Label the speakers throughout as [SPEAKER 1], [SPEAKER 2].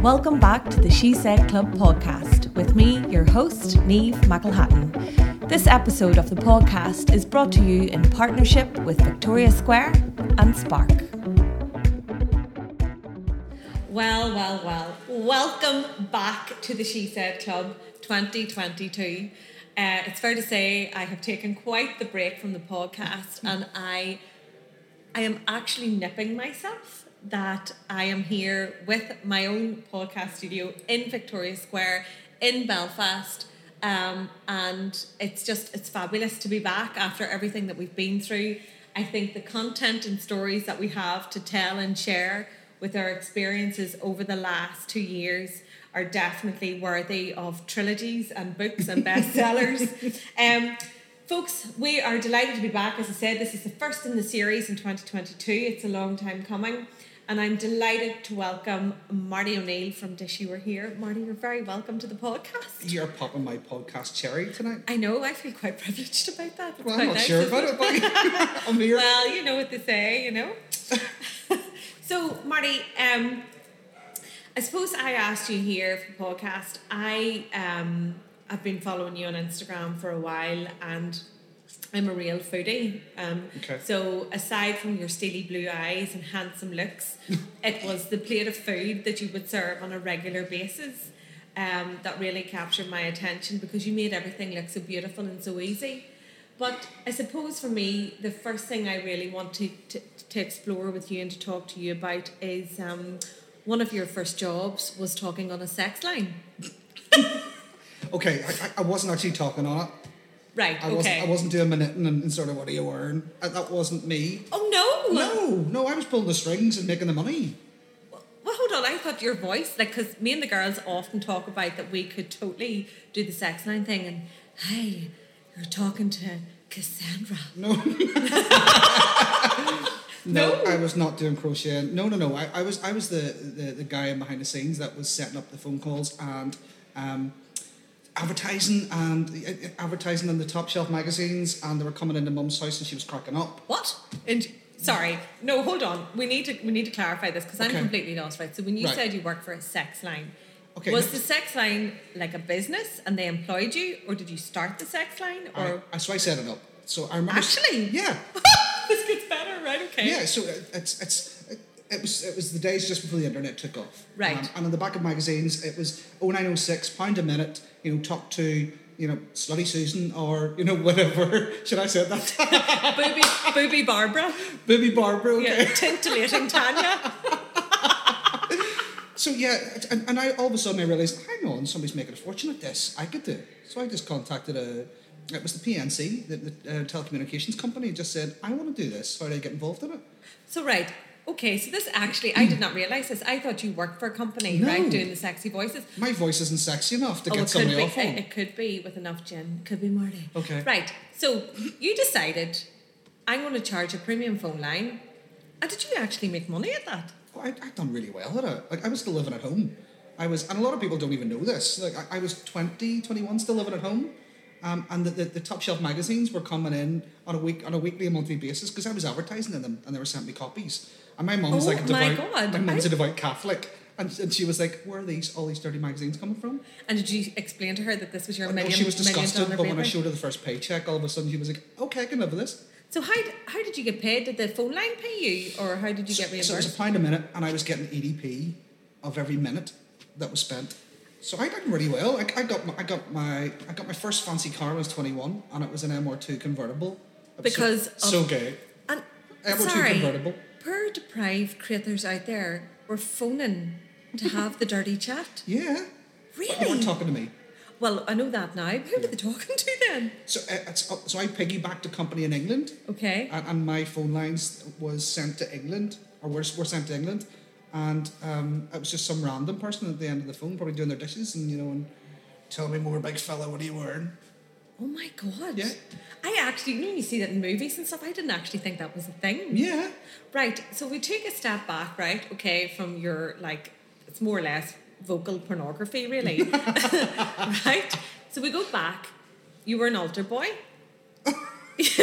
[SPEAKER 1] Welcome back to the She Said Club podcast with me, your host, Neve McElhattan. This episode of the podcast is brought to you in partnership with Victoria Square and Spark. Well, well, well, welcome back to the She Said Club 2022. Uh, it's fair to say I have taken quite the break from the podcast and I I am actually nipping myself that I am here with my own podcast studio in Victoria Square in Belfast. Um, and it's just it's fabulous to be back after everything that we've been through. I think the content and stories that we have to tell and share with our experiences over the last two years are definitely worthy of trilogies and books and bestsellers. um, Folks, we are delighted to be back. As I said, this is the first in the series in 2022. It's a long time coming. And I'm delighted to welcome Marty O'Neill from Dish You Were Here. Marty, you're very welcome to the podcast.
[SPEAKER 2] You're popping my podcast cherry tonight.
[SPEAKER 1] I know, I feel quite privileged about that. It's
[SPEAKER 2] Well,
[SPEAKER 1] quite
[SPEAKER 2] I'm not
[SPEAKER 1] nice,
[SPEAKER 2] sure
[SPEAKER 1] isn't
[SPEAKER 2] about it, but I'm here.
[SPEAKER 1] Well, you know what they say, you know. so, Marty, um, I suppose I asked you here for the podcast. I um, I've been following you on Instagram for a while, and I'm a real foodie. Um,
[SPEAKER 2] Okay.
[SPEAKER 1] So, aside from your steely blue eyes and handsome looks, it was the plate of food that you would serve on a regular basis. Um, that really captured my attention because you made everything look so beautiful and so easy. But I suppose for me, the first thing I really want to, to, to explore with you and to talk to you about is um, one of your first jobs was talking on a sex line.
[SPEAKER 2] okay, I, I- I wasn't actually talking on it.
[SPEAKER 1] Right,
[SPEAKER 2] I
[SPEAKER 1] okay.
[SPEAKER 2] wasn't. I wasn't doing my knitting and, and sort of what are you wearing? Uh, that wasn't me.
[SPEAKER 1] Oh, no!
[SPEAKER 2] No, no, I was pulling the strings and making the money.
[SPEAKER 1] Well, hold on. I thought your voice, like, because me and the girls often talk about that we could totally do the sex line thing and, hey, you're talking to Cassandra.
[SPEAKER 2] No.
[SPEAKER 1] No.
[SPEAKER 2] I was not doing crochet. No, no, no. I, I was I was the, the the guy in behind the scenes that was setting up the phone calls and um, advertising and uh, uh, advertising in the top shelf magazines and they were coming into mum's house and she was cracking up.
[SPEAKER 1] What? And sorry, no, hold on. We need to we need to clarify this because I'm
[SPEAKER 2] Okay.
[SPEAKER 1] completely lost. Right. So when you
[SPEAKER 2] Right.
[SPEAKER 1] said you work for a sex line,
[SPEAKER 2] Okay.
[SPEAKER 1] was the sex line like a business and they employed you, or did you start the sex line,
[SPEAKER 2] I-
[SPEAKER 1] or?
[SPEAKER 2] I, so I set it up. So I remember
[SPEAKER 1] Actually?
[SPEAKER 2] yeah,
[SPEAKER 1] this gets better, right? Okay.
[SPEAKER 2] Uh. yeah. So it, it's it's it, it was it was the days just before the internet took off.
[SPEAKER 1] Right.
[SPEAKER 2] Um, and on the back of magazines, it was oh nine oh six pound a minute. You know, talk to you know slutty Susan or you know whatever. Should I say that?
[SPEAKER 1] Booby, booby Barbara.
[SPEAKER 2] Baby Barbara. Okay.
[SPEAKER 1] Yeah. Tintulating Tanya.
[SPEAKER 2] So yeah, it- and, and I all of a sudden I realised, hang on, somebody's making a fortune at this. I could do. it. So I just contacted a. It was the PNC, the, the uh, telecommunications company, and just said, I want to do this. How do I get involved in it?
[SPEAKER 1] So right. Okay, so this actually, I did not realise this. I thought you worked for a company,
[SPEAKER 2] No.
[SPEAKER 1] right, doing the sexy voices.
[SPEAKER 2] My voice isn't sexy enough to
[SPEAKER 1] Oh,
[SPEAKER 2] get
[SPEAKER 1] it could
[SPEAKER 2] somebody
[SPEAKER 1] be.
[SPEAKER 2] off on.
[SPEAKER 1] It, it could be with enough gin. Could be Marty.
[SPEAKER 2] Okay.
[SPEAKER 1] Right. So you decided I'm going to charge a premium phone line. And did you actually make money at that?
[SPEAKER 2] Well, I, I'd done really well at it. Like, I was still living at home. I was, and a lot of people don't even know this. Like, I, I was 20, 21, still living at home. Um, and the, the, the top shelf magazines were coming in on a week on a weekly and monthly basis because I was advertising in them and they were sending me copies. And my mum's
[SPEAKER 1] Oh
[SPEAKER 2] like a
[SPEAKER 1] my
[SPEAKER 2] devout,
[SPEAKER 1] God,
[SPEAKER 2] my mum's
[SPEAKER 1] I-
[SPEAKER 2] a devout Catholic, and, and she was like, "Where are these all these dirty magazines coming from?"
[SPEAKER 1] And did you explain to her that this was your
[SPEAKER 2] And
[SPEAKER 1] million,
[SPEAKER 2] she was
[SPEAKER 1] million
[SPEAKER 2] disgusted.
[SPEAKER 1] dollar
[SPEAKER 2] But when I
[SPEAKER 1] baby?
[SPEAKER 2] showed her the first paycheck, all of a sudden she was like, "Okay, I can live with this."
[SPEAKER 1] So how, d- how did you get paid? Did the phone line pay you, or how did you get
[SPEAKER 2] So it was a
[SPEAKER 1] reimbursed?
[SPEAKER 2] pound a minute, and I was getting EDP of every minute that was spent. So I done really well. I, I got my, I got my I got my first fancy car when I was 21, and it was an MR2 convertible. It was so-
[SPEAKER 1] Because of-
[SPEAKER 2] so, gay.
[SPEAKER 1] And
[SPEAKER 2] Ever too
[SPEAKER 1] sorry,
[SPEAKER 2] convertible.
[SPEAKER 1] poor deprived creators out there were phoning to have the dirty chat.
[SPEAKER 2] Yeah. But They
[SPEAKER 1] Really?
[SPEAKER 2] weren't talking to me.
[SPEAKER 1] Well, I know that now. Who were they talking to then?
[SPEAKER 2] So uh, it's, uh, so I piggybacked a company in England,
[SPEAKER 1] Okay.
[SPEAKER 2] and, and my phone lines was sent to England, or were, were sent to England, and um, it was just some random person at the end of the phone, probably doing their dishes, and you know, and tell me more, big fella, what are you wearing?
[SPEAKER 1] Oh my god.
[SPEAKER 2] Yeah.
[SPEAKER 1] I actually, you know, you see that in movies and stuff. I didn't actually think that was a thing.
[SPEAKER 2] Yeah.
[SPEAKER 1] Right. So we take a step back, right? Okay, from your like, it's more or less vocal pornography, really. right. So we go back. You were an altar boy. Just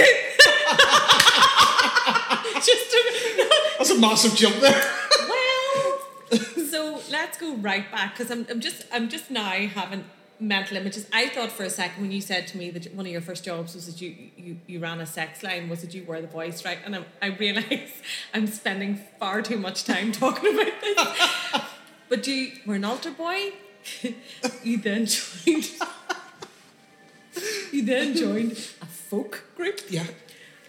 [SPEAKER 1] a,
[SPEAKER 2] That's a massive jump there.
[SPEAKER 1] well. So let's go right back because I'm, I'm just I'm just now having mental images. I thought for a second when you said to me that one of your first jobs was that you you, you ran a sex line was that you were the voice right, and I, I realize I'm spending far too much time talking about this. but you were an altar boy. you then joined. you then joined a folk group,
[SPEAKER 2] Yeah,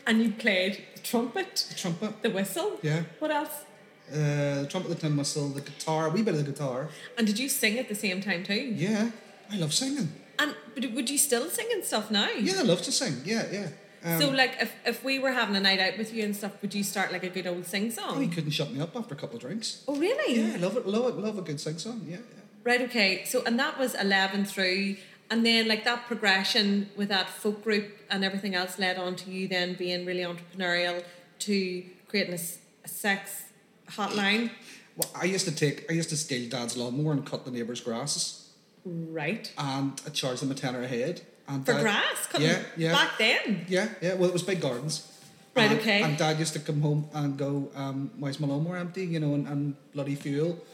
[SPEAKER 1] and you played the trumpet,
[SPEAKER 2] trumpet.
[SPEAKER 1] the whistle.
[SPEAKER 2] Yeah,
[SPEAKER 1] What else?
[SPEAKER 2] uh, the trumpet, the tin whistle, the guitar. A wee bit of the guitar.
[SPEAKER 1] And did you sing at the same time too?
[SPEAKER 2] Yeah, I love singing.
[SPEAKER 1] And but would you still sing and stuff now?
[SPEAKER 2] Yeah, I love to sing. Yeah, yeah. Um,
[SPEAKER 1] so like if, if we were having a night out with you and stuff, would you start like a good old sing
[SPEAKER 2] oh, you
[SPEAKER 1] song?
[SPEAKER 2] couldn't shut me up after a couple of drinks.
[SPEAKER 1] Oh really?
[SPEAKER 2] Yeah, I love it. Love it. Love a good sing song. Yeah, yeah.
[SPEAKER 1] Right, okay. So and that was eleven through and then like that progression with that folk group and everything else led on to you then being really entrepreneurial to creating a, s- a sex hotline.
[SPEAKER 2] Well, I used to take, I used to steal dad's lawnmower and cut the neighbours' grasses,
[SPEAKER 1] Right.
[SPEAKER 2] and I charged them a tenner a head. And
[SPEAKER 1] For
[SPEAKER 2] dad-
[SPEAKER 1] grass cutting
[SPEAKER 2] Yeah, yeah.
[SPEAKER 1] back then.
[SPEAKER 2] Yeah, yeah. Well, it was big gardens.
[SPEAKER 1] Right,
[SPEAKER 2] And-
[SPEAKER 1] okay.
[SPEAKER 2] And dad used to come home and go, um, "Why's my lawnmower empty?" You know, and, and bloody fuel.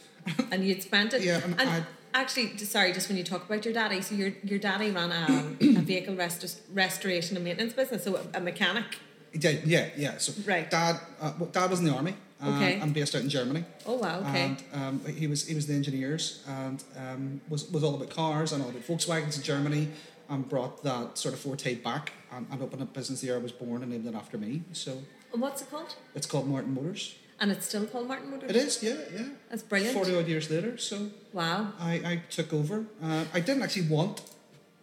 [SPEAKER 1] and you'd spent it.
[SPEAKER 2] Yeah, and I-
[SPEAKER 1] actually, j- sorry, just when you talk about your daddy, so your your daddy ran um, a, a vehicle rest- restoration and maintenance business, so a, a mechanic.
[SPEAKER 2] He did, yeah, yeah. So
[SPEAKER 1] Right.
[SPEAKER 2] dad, uh, well, dad was in the army. And
[SPEAKER 1] Okay.
[SPEAKER 2] I'm based out in Germany.
[SPEAKER 1] Oh wow, okay.
[SPEAKER 2] And um, he was he was the engineers and um, was was all about cars and all about Volkswagens in Germany and brought that sort of forte back and, and opened a business the year I was born and named it after me. So
[SPEAKER 1] and what's it called?
[SPEAKER 2] it's called Martin Motors.
[SPEAKER 1] And it's still called Martin Motors.
[SPEAKER 2] It is, yeah, yeah.
[SPEAKER 1] That's brilliant.
[SPEAKER 2] Forty odd years later, so
[SPEAKER 1] Wow.
[SPEAKER 2] I, I took over. Uh, I didn't actually want.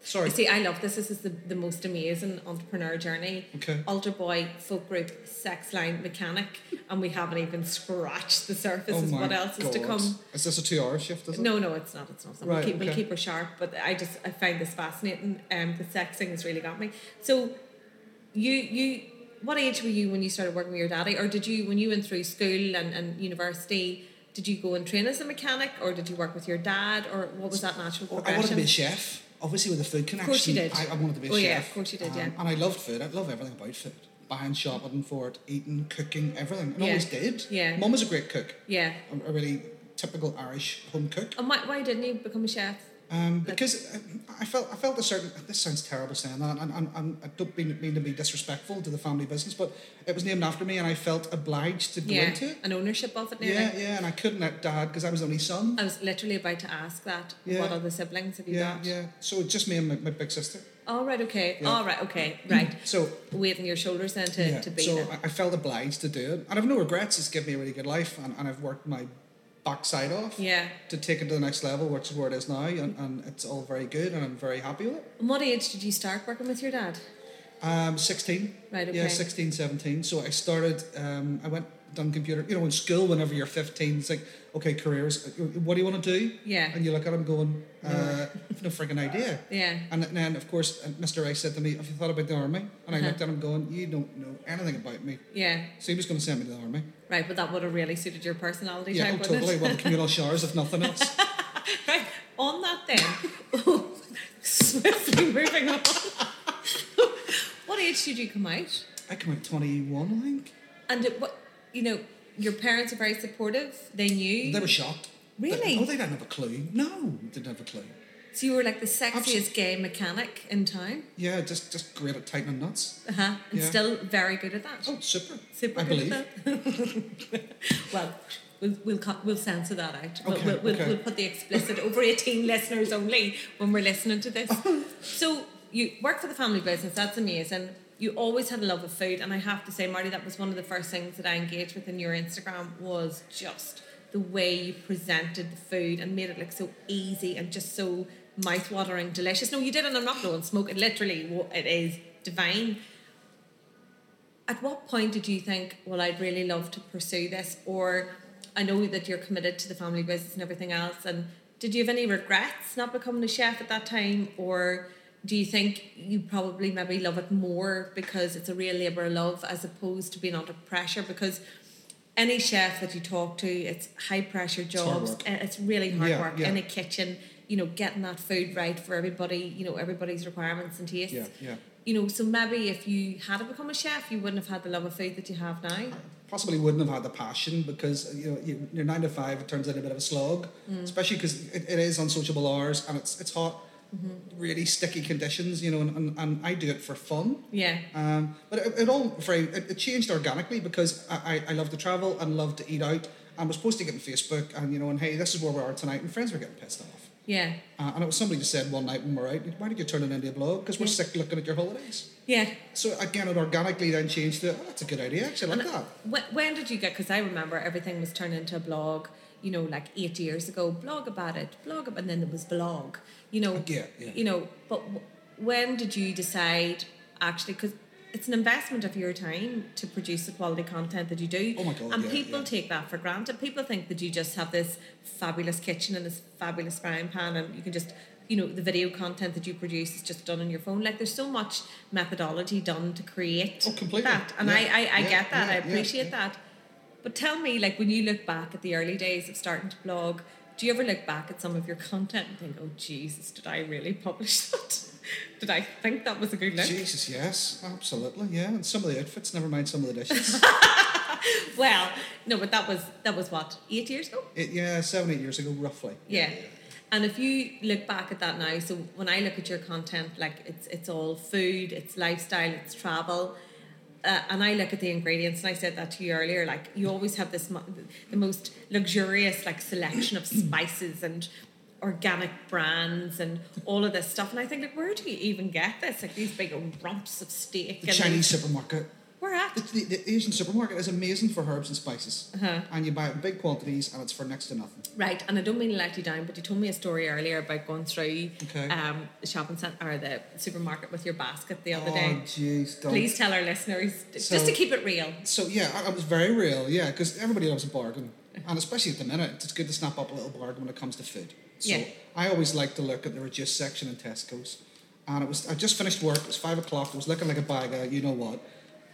[SPEAKER 2] Sorry.
[SPEAKER 1] You see, I love this. This is the, the most amazing entrepreneur journey.
[SPEAKER 2] Okay.
[SPEAKER 1] Alter boy, folk group, sex line, mechanic, and we haven't even scratched the surface
[SPEAKER 2] oh
[SPEAKER 1] of
[SPEAKER 2] my
[SPEAKER 1] what else is to
[SPEAKER 2] God.
[SPEAKER 1] come.
[SPEAKER 2] Is this a two-hour shift? Is it?
[SPEAKER 1] No, no, it's not. It's not. Something.
[SPEAKER 2] Right,
[SPEAKER 1] we'll, keep, we'll
[SPEAKER 2] okay.
[SPEAKER 1] keep her sharp. But I just I find this fascinating. Um, the sex thing has really got me. So, you you what age were you when you started working with your daddy, or did you when you went through school and, and university? Did you go and train as a mechanic, or did you work with your dad, or what was that natural
[SPEAKER 2] Well,
[SPEAKER 1] progression?
[SPEAKER 2] Oh, I wanted to be a chef, obviously with a food connection.
[SPEAKER 1] course you did.
[SPEAKER 2] I, I wanted to be a
[SPEAKER 1] Oh,
[SPEAKER 2] chef. Um,
[SPEAKER 1] yeah, of course you did, yeah.
[SPEAKER 2] And I loved food. I love everything about food. Buying, shopping for it, eating, cooking, everything. I
[SPEAKER 1] Yeah.
[SPEAKER 2] always did.
[SPEAKER 1] Yeah.
[SPEAKER 2] Mum was a great cook,
[SPEAKER 1] yeah.
[SPEAKER 2] a, a really typical Irish home cook.
[SPEAKER 1] And why, why didn't you become a chef?
[SPEAKER 2] Um, because um, I felt I felt a certain. This sounds terrible saying that, and, and, and I don't mean, mean to be disrespectful to the family business, but it was named after me, and I felt obliged to go
[SPEAKER 1] Yeah,
[SPEAKER 2] into it.
[SPEAKER 1] an ownership of it. Now.
[SPEAKER 2] Yeah, yeah, and I couldn't at dad because I was the only son.
[SPEAKER 1] I was literally about to ask that.
[SPEAKER 2] Yeah.
[SPEAKER 1] What other siblings have you
[SPEAKER 2] yeah,
[SPEAKER 1] got?
[SPEAKER 2] yeah. So it's just me and my, my big sister.
[SPEAKER 1] All right. Okay.
[SPEAKER 2] Yeah.
[SPEAKER 1] All right. Okay. Right.
[SPEAKER 2] So
[SPEAKER 1] Weight on your shoulders then to,
[SPEAKER 2] yeah,
[SPEAKER 1] to be
[SPEAKER 2] so
[SPEAKER 1] that.
[SPEAKER 2] I- I felt obliged to do it, and I've no regrets. It's given me a really good life, and, and I've worked my backside off
[SPEAKER 1] Yeah.
[SPEAKER 2] to take it to the next level, which is where it is now, and, and it's all very good, and I'm very happy with it.
[SPEAKER 1] And what age did you start working with your dad?
[SPEAKER 2] Um, 16,
[SPEAKER 1] Right, okay.
[SPEAKER 2] yeah, 16, 17. So I started. Um, I went done computer. You know, in school, whenever you're 15, it's like, okay, careers. What do you want to do?
[SPEAKER 1] Yeah.
[SPEAKER 2] And you look at him going, uh, I've no freaking idea.
[SPEAKER 1] Yeah.
[SPEAKER 2] And then, of course, uh, Mr. Rice said to me, Have you thought about the army? And I
[SPEAKER 1] Uh-huh.
[SPEAKER 2] looked at him going, You don't know anything about me.
[SPEAKER 1] Yeah.
[SPEAKER 2] So he was going to send me to the army.
[SPEAKER 1] Right, but that would have really suited your personality
[SPEAKER 2] Yeah, oh,
[SPEAKER 1] type, wouldn't
[SPEAKER 2] totally.
[SPEAKER 1] it?
[SPEAKER 2] Well, the communal showers, if nothing else.
[SPEAKER 1] Right. On that then. swiftly moving on. what age did you come out?
[SPEAKER 2] I come out 21, I think.
[SPEAKER 1] And it, what you know, your parents are very supportive. They knew.
[SPEAKER 2] They were shocked.
[SPEAKER 1] Really?
[SPEAKER 2] oh, they didn't have a clue. No, they didn't have a clue.
[SPEAKER 1] so you were like the sexiest
[SPEAKER 2] Absolute-
[SPEAKER 1] gay mechanic in town.
[SPEAKER 2] Yeah, just just great at tightening nuts.
[SPEAKER 1] Uh-huh. And
[SPEAKER 2] Yeah.
[SPEAKER 1] still very good at that.
[SPEAKER 2] Oh, super.
[SPEAKER 1] Super
[SPEAKER 2] I
[SPEAKER 1] good
[SPEAKER 2] believe.
[SPEAKER 1] at that. well, we'll we'll, cut, we'll censor that out. We'll,
[SPEAKER 2] Okay,
[SPEAKER 1] we'll, we'll,
[SPEAKER 2] okay.
[SPEAKER 1] we'll put the explicit over eighteen listeners only when we're listening to this. so you work for the family business. That's amazing. You always had a love of food, and I have to say, Marty, that was one of the first things that I engaged with in your Instagram was just the way you presented the food and made it look so easy and just so mouth-watering, delicious. No, you did, and I'm not blowing smoke. It literally, wa- it is divine at what point did you think, well, I'd really love to pursue this? Or I know that you're committed to the family business and everything else. And did you have any regrets not becoming a chef at that time? Or do you think you probably maybe love it more because it's a real labour of love as opposed to being under pressure? Because any chef that you talk to, it's high pressure
[SPEAKER 2] hard
[SPEAKER 1] jobs.
[SPEAKER 2] work.
[SPEAKER 1] and It's really hard
[SPEAKER 2] Yeah,
[SPEAKER 1] work
[SPEAKER 2] yeah.
[SPEAKER 1] in a kitchen, you know, getting that food right for everybody, you know, everybody's requirements and tastes
[SPEAKER 2] Yeah, yeah.
[SPEAKER 1] you know, so maybe if you had become a chef, you wouldn't have had the love of food that you have now.
[SPEAKER 2] Possibly wouldn't have had the passion because you know you, your nine to five it turns into a bit of a slog,
[SPEAKER 1] Mm.
[SPEAKER 2] especially because it, it is unsociable hours and it's it's hot,
[SPEAKER 1] Mm-hmm.
[SPEAKER 2] really sticky conditions. You know, and, and, and I do it for fun.
[SPEAKER 1] Yeah.
[SPEAKER 2] Um, but it, it all very it, it changed organically because I, I, I love to travel and love to eat out and was posting it on Facebook and you know and hey this is where we are tonight and friends were getting pissed off
[SPEAKER 1] Yeah.
[SPEAKER 2] uh, and it was somebody just said one night when we we're out why did you turn it into a blog because we're
[SPEAKER 1] Yeah.
[SPEAKER 2] sick looking at your holidays
[SPEAKER 1] Yeah.
[SPEAKER 2] so again it organically then changed to oh, that's a good idea actually I like that
[SPEAKER 1] When, when did you get? Because I remember everything was turned into a blog. You know, like eight years ago, blog about it, blog, ab- and then there was blog. You know,
[SPEAKER 2] Yeah, yeah.
[SPEAKER 1] you know. But w- when did you decide actually? Because it's an investment of your time to produce the quality content that you do.
[SPEAKER 2] Oh my God,
[SPEAKER 1] And
[SPEAKER 2] yeah,
[SPEAKER 1] people
[SPEAKER 2] yeah.
[SPEAKER 1] take that for granted. People think that you just have this fabulous kitchen and this fabulous frying pan, and you can just, you know, the video content that you produce is just done on your phone. Like there's so much methodology done to create
[SPEAKER 2] Oh, completely.
[SPEAKER 1] that, and
[SPEAKER 2] Yeah,
[SPEAKER 1] I, I, I
[SPEAKER 2] yeah,
[SPEAKER 1] get that.
[SPEAKER 2] yeah,
[SPEAKER 1] I
[SPEAKER 2] yeah,
[SPEAKER 1] appreciate
[SPEAKER 2] yeah.
[SPEAKER 1] that. But tell me, like when you look back at the early days of starting to blog, do you ever look back at some of your content and think, "Oh Jesus, did I really publish that? did I think that was a good look?"
[SPEAKER 2] Jesus yes absolutely yeah and some of the outfits never mind some of the dishes
[SPEAKER 1] Well, no, but that was that was what eight years ago.
[SPEAKER 2] it, yeah seven eight years ago roughly
[SPEAKER 1] Yeah. And if you look back at that now, so when I look at your content, like it's it's all food, it's lifestyle, it's travel, uh, and I look at the ingredients, and I said that to you earlier. Like you always have this mo- the most luxurious like selection of spices and organic brands and all of this stuff, and I think like where do you even get this? Like these big rumps of steak.
[SPEAKER 2] the
[SPEAKER 1] and
[SPEAKER 2] Chinese supermarket
[SPEAKER 1] Where
[SPEAKER 2] the,
[SPEAKER 1] at?
[SPEAKER 2] the, the Asian supermarket is amazing for herbs and spices
[SPEAKER 1] Uh-huh.
[SPEAKER 2] and you buy it in big quantities and it's for next to nothing
[SPEAKER 1] Right, and I don't mean to let you down, but you told me a story earlier about going through
[SPEAKER 2] Okay.
[SPEAKER 1] um, the shopping centre or the supermarket with your basket the other
[SPEAKER 2] oh
[SPEAKER 1] day.
[SPEAKER 2] jeez don't
[SPEAKER 1] Please tell our listeners, d-
[SPEAKER 2] So-
[SPEAKER 1] just to keep it real.
[SPEAKER 2] So yeah, I, I was very real. Yeah, because everybody loves a bargain, and especially at the minute, it's good to snap up a little bargain when it comes to food. So
[SPEAKER 1] Yeah.
[SPEAKER 2] I always like to look at the reduced section in Tesco's, and it was I just finished work. It was five o'clock. I was looking like a bag of you know what.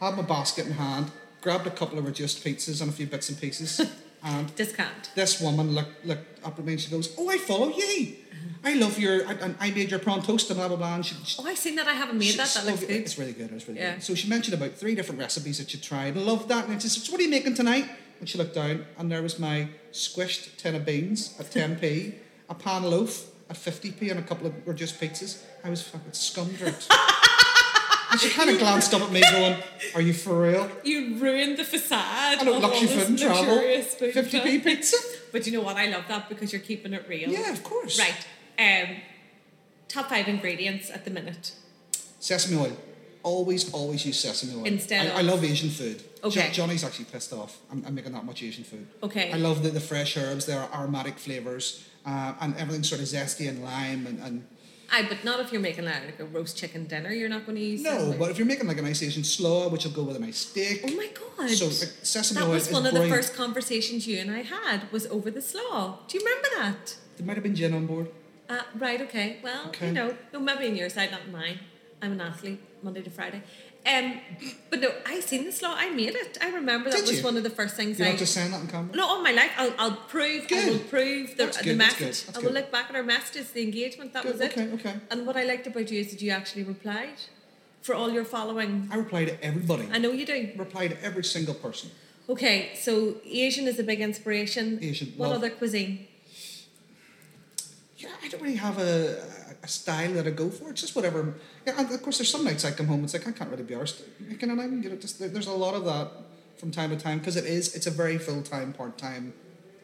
[SPEAKER 2] Had my basket in hand, grabbed a couple of reduced pizzas and a few bits and pieces, and
[SPEAKER 1] Discount.
[SPEAKER 2] this woman looked looked up at me and she goes, "Oh, I follow ye. I love your. I, and I made your prawn toast and blah blah blah." And she, she
[SPEAKER 1] Oh, I've seen that. I haven't made
[SPEAKER 2] she-
[SPEAKER 1] that.
[SPEAKER 2] she
[SPEAKER 1] That looks
[SPEAKER 2] loved it.
[SPEAKER 1] good.
[SPEAKER 2] It's really good. It was really
[SPEAKER 1] Yeah.
[SPEAKER 2] good. So she mentioned about three different recipes that she tried. I loved that. And she said, so what are you making tonight? And she looked down and there was my squished tin of beans at 10p, a pan loaf at 50p and a couple of reduced pizzas. I was fucking scumdropped. and she kind of glanced up at me going, are you for real?
[SPEAKER 1] You ruined the facade.
[SPEAKER 2] I don't
[SPEAKER 1] of all
[SPEAKER 2] luxury
[SPEAKER 1] this
[SPEAKER 2] food and travel.
[SPEAKER 1] luxurious food
[SPEAKER 2] 50p
[SPEAKER 1] plan.
[SPEAKER 2] pizza?
[SPEAKER 1] But you know what? I love that because you're keeping it real.
[SPEAKER 2] Yeah, of course.
[SPEAKER 1] Right. Um, top five ingredients at the minute.
[SPEAKER 2] Sesame oil. Always, always use sesame oil.
[SPEAKER 1] Instead
[SPEAKER 2] I,
[SPEAKER 1] of-
[SPEAKER 2] I love Asian food. Jo-
[SPEAKER 1] Okay.
[SPEAKER 2] Johnny's actually pissed off. I'm, I'm making that much Asian food.
[SPEAKER 1] Okay.
[SPEAKER 2] I love the, the fresh herbs. There are aromatic flavors, uh, and everything's sort of zesty and lime and. and
[SPEAKER 1] Aye, but not if you're making like like a roast chicken dinner. You're not going to use
[SPEAKER 2] no,
[SPEAKER 1] sesame.
[SPEAKER 2] but if you're making like a nice Asian slaw, which will go with a nice steak.
[SPEAKER 1] Oh my god.
[SPEAKER 2] So like, sesame
[SPEAKER 1] that
[SPEAKER 2] oil
[SPEAKER 1] was
[SPEAKER 2] is
[SPEAKER 1] one of the
[SPEAKER 2] brilliant.
[SPEAKER 1] first conversations you and I had was over the slaw. Do you remember that?
[SPEAKER 2] There might have been gin on board.
[SPEAKER 1] Uh, right, okay. Well,
[SPEAKER 2] Okay.
[SPEAKER 1] you know, no, maybe in your side, not in mine. I'm an athlete, Monday to Friday. Um, but no, I seen the slaw. I made it. I remember that
[SPEAKER 2] Did
[SPEAKER 1] was
[SPEAKER 2] you?
[SPEAKER 1] one of the first things
[SPEAKER 2] You're
[SPEAKER 1] I.
[SPEAKER 2] not just saying that on camera.
[SPEAKER 1] No, all my life, I'll, I'll prove. I
[SPEAKER 2] Good.
[SPEAKER 1] will prove the,
[SPEAKER 2] That's
[SPEAKER 1] the
[SPEAKER 2] good, that's good,
[SPEAKER 1] message.
[SPEAKER 2] that's
[SPEAKER 1] I will
[SPEAKER 2] good.
[SPEAKER 1] look back at our messages, the engagement. That
[SPEAKER 2] Good,
[SPEAKER 1] was it.
[SPEAKER 2] okay, okay.
[SPEAKER 1] And what I liked about you is that you actually replied for all your following.
[SPEAKER 2] I reply to everybody.
[SPEAKER 1] I know you do.
[SPEAKER 2] reply to every single person.
[SPEAKER 1] Okay, so Asian is a big inspiration.
[SPEAKER 2] Asian,
[SPEAKER 1] What
[SPEAKER 2] love.
[SPEAKER 1] other cuisine?
[SPEAKER 2] yeah, I don't really have a, a style that I go for. It's just whatever. Yeah, and of course, there's some nights I come home. It's like I can't really be arsed making an item. You know, just there- there's a lot of that from time to time because it is. It's a very full time, part time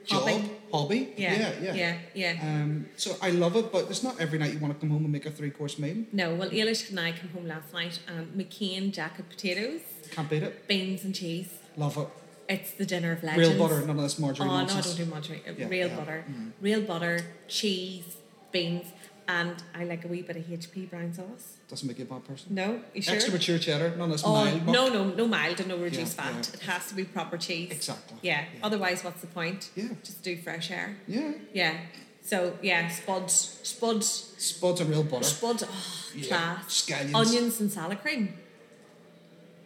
[SPEAKER 2] job,
[SPEAKER 1] Hobby.
[SPEAKER 2] hobby.
[SPEAKER 1] Yeah,
[SPEAKER 2] yeah,
[SPEAKER 1] yeah, yeah.
[SPEAKER 2] Um, so I love it, but it's not every night you want to come home and make a three course meal.
[SPEAKER 1] No, well, Eilish and I came home last night um, and McCain jacket potatoes,
[SPEAKER 2] Can't beat it.
[SPEAKER 1] beans and cheese.
[SPEAKER 2] Love it.
[SPEAKER 1] It's the dinner of legends.
[SPEAKER 2] Real butter, none of this margarine
[SPEAKER 1] Oh no, I
[SPEAKER 2] nonsense.
[SPEAKER 1] don't do margarine.
[SPEAKER 2] Yeah,
[SPEAKER 1] real
[SPEAKER 2] yeah. Mm-hmm.
[SPEAKER 1] butter, real butter, cheese, beans, and I like a wee bit of HP brown sauce.
[SPEAKER 2] Doesn't make you a bad person.
[SPEAKER 1] No, you sure?
[SPEAKER 2] Extra mature cheddar, none of this
[SPEAKER 1] Oh
[SPEAKER 2] mild. muck.
[SPEAKER 1] no, no, no mild and no reduced
[SPEAKER 2] Yeah,
[SPEAKER 1] fat. It
[SPEAKER 2] yeah.
[SPEAKER 1] has to be proper cheese.
[SPEAKER 2] Exactly.
[SPEAKER 1] Yeah.
[SPEAKER 2] Yeah.
[SPEAKER 1] Otherwise, what's the point?
[SPEAKER 2] Yeah.
[SPEAKER 1] Just do fresh air.
[SPEAKER 2] Yeah.
[SPEAKER 1] Yeah. So yeah, spuds, spuds.
[SPEAKER 2] Spuds and real butter.
[SPEAKER 1] Spud, oh,
[SPEAKER 2] Yeah,
[SPEAKER 1] class.
[SPEAKER 2] scallions.
[SPEAKER 1] Onions and salad cream.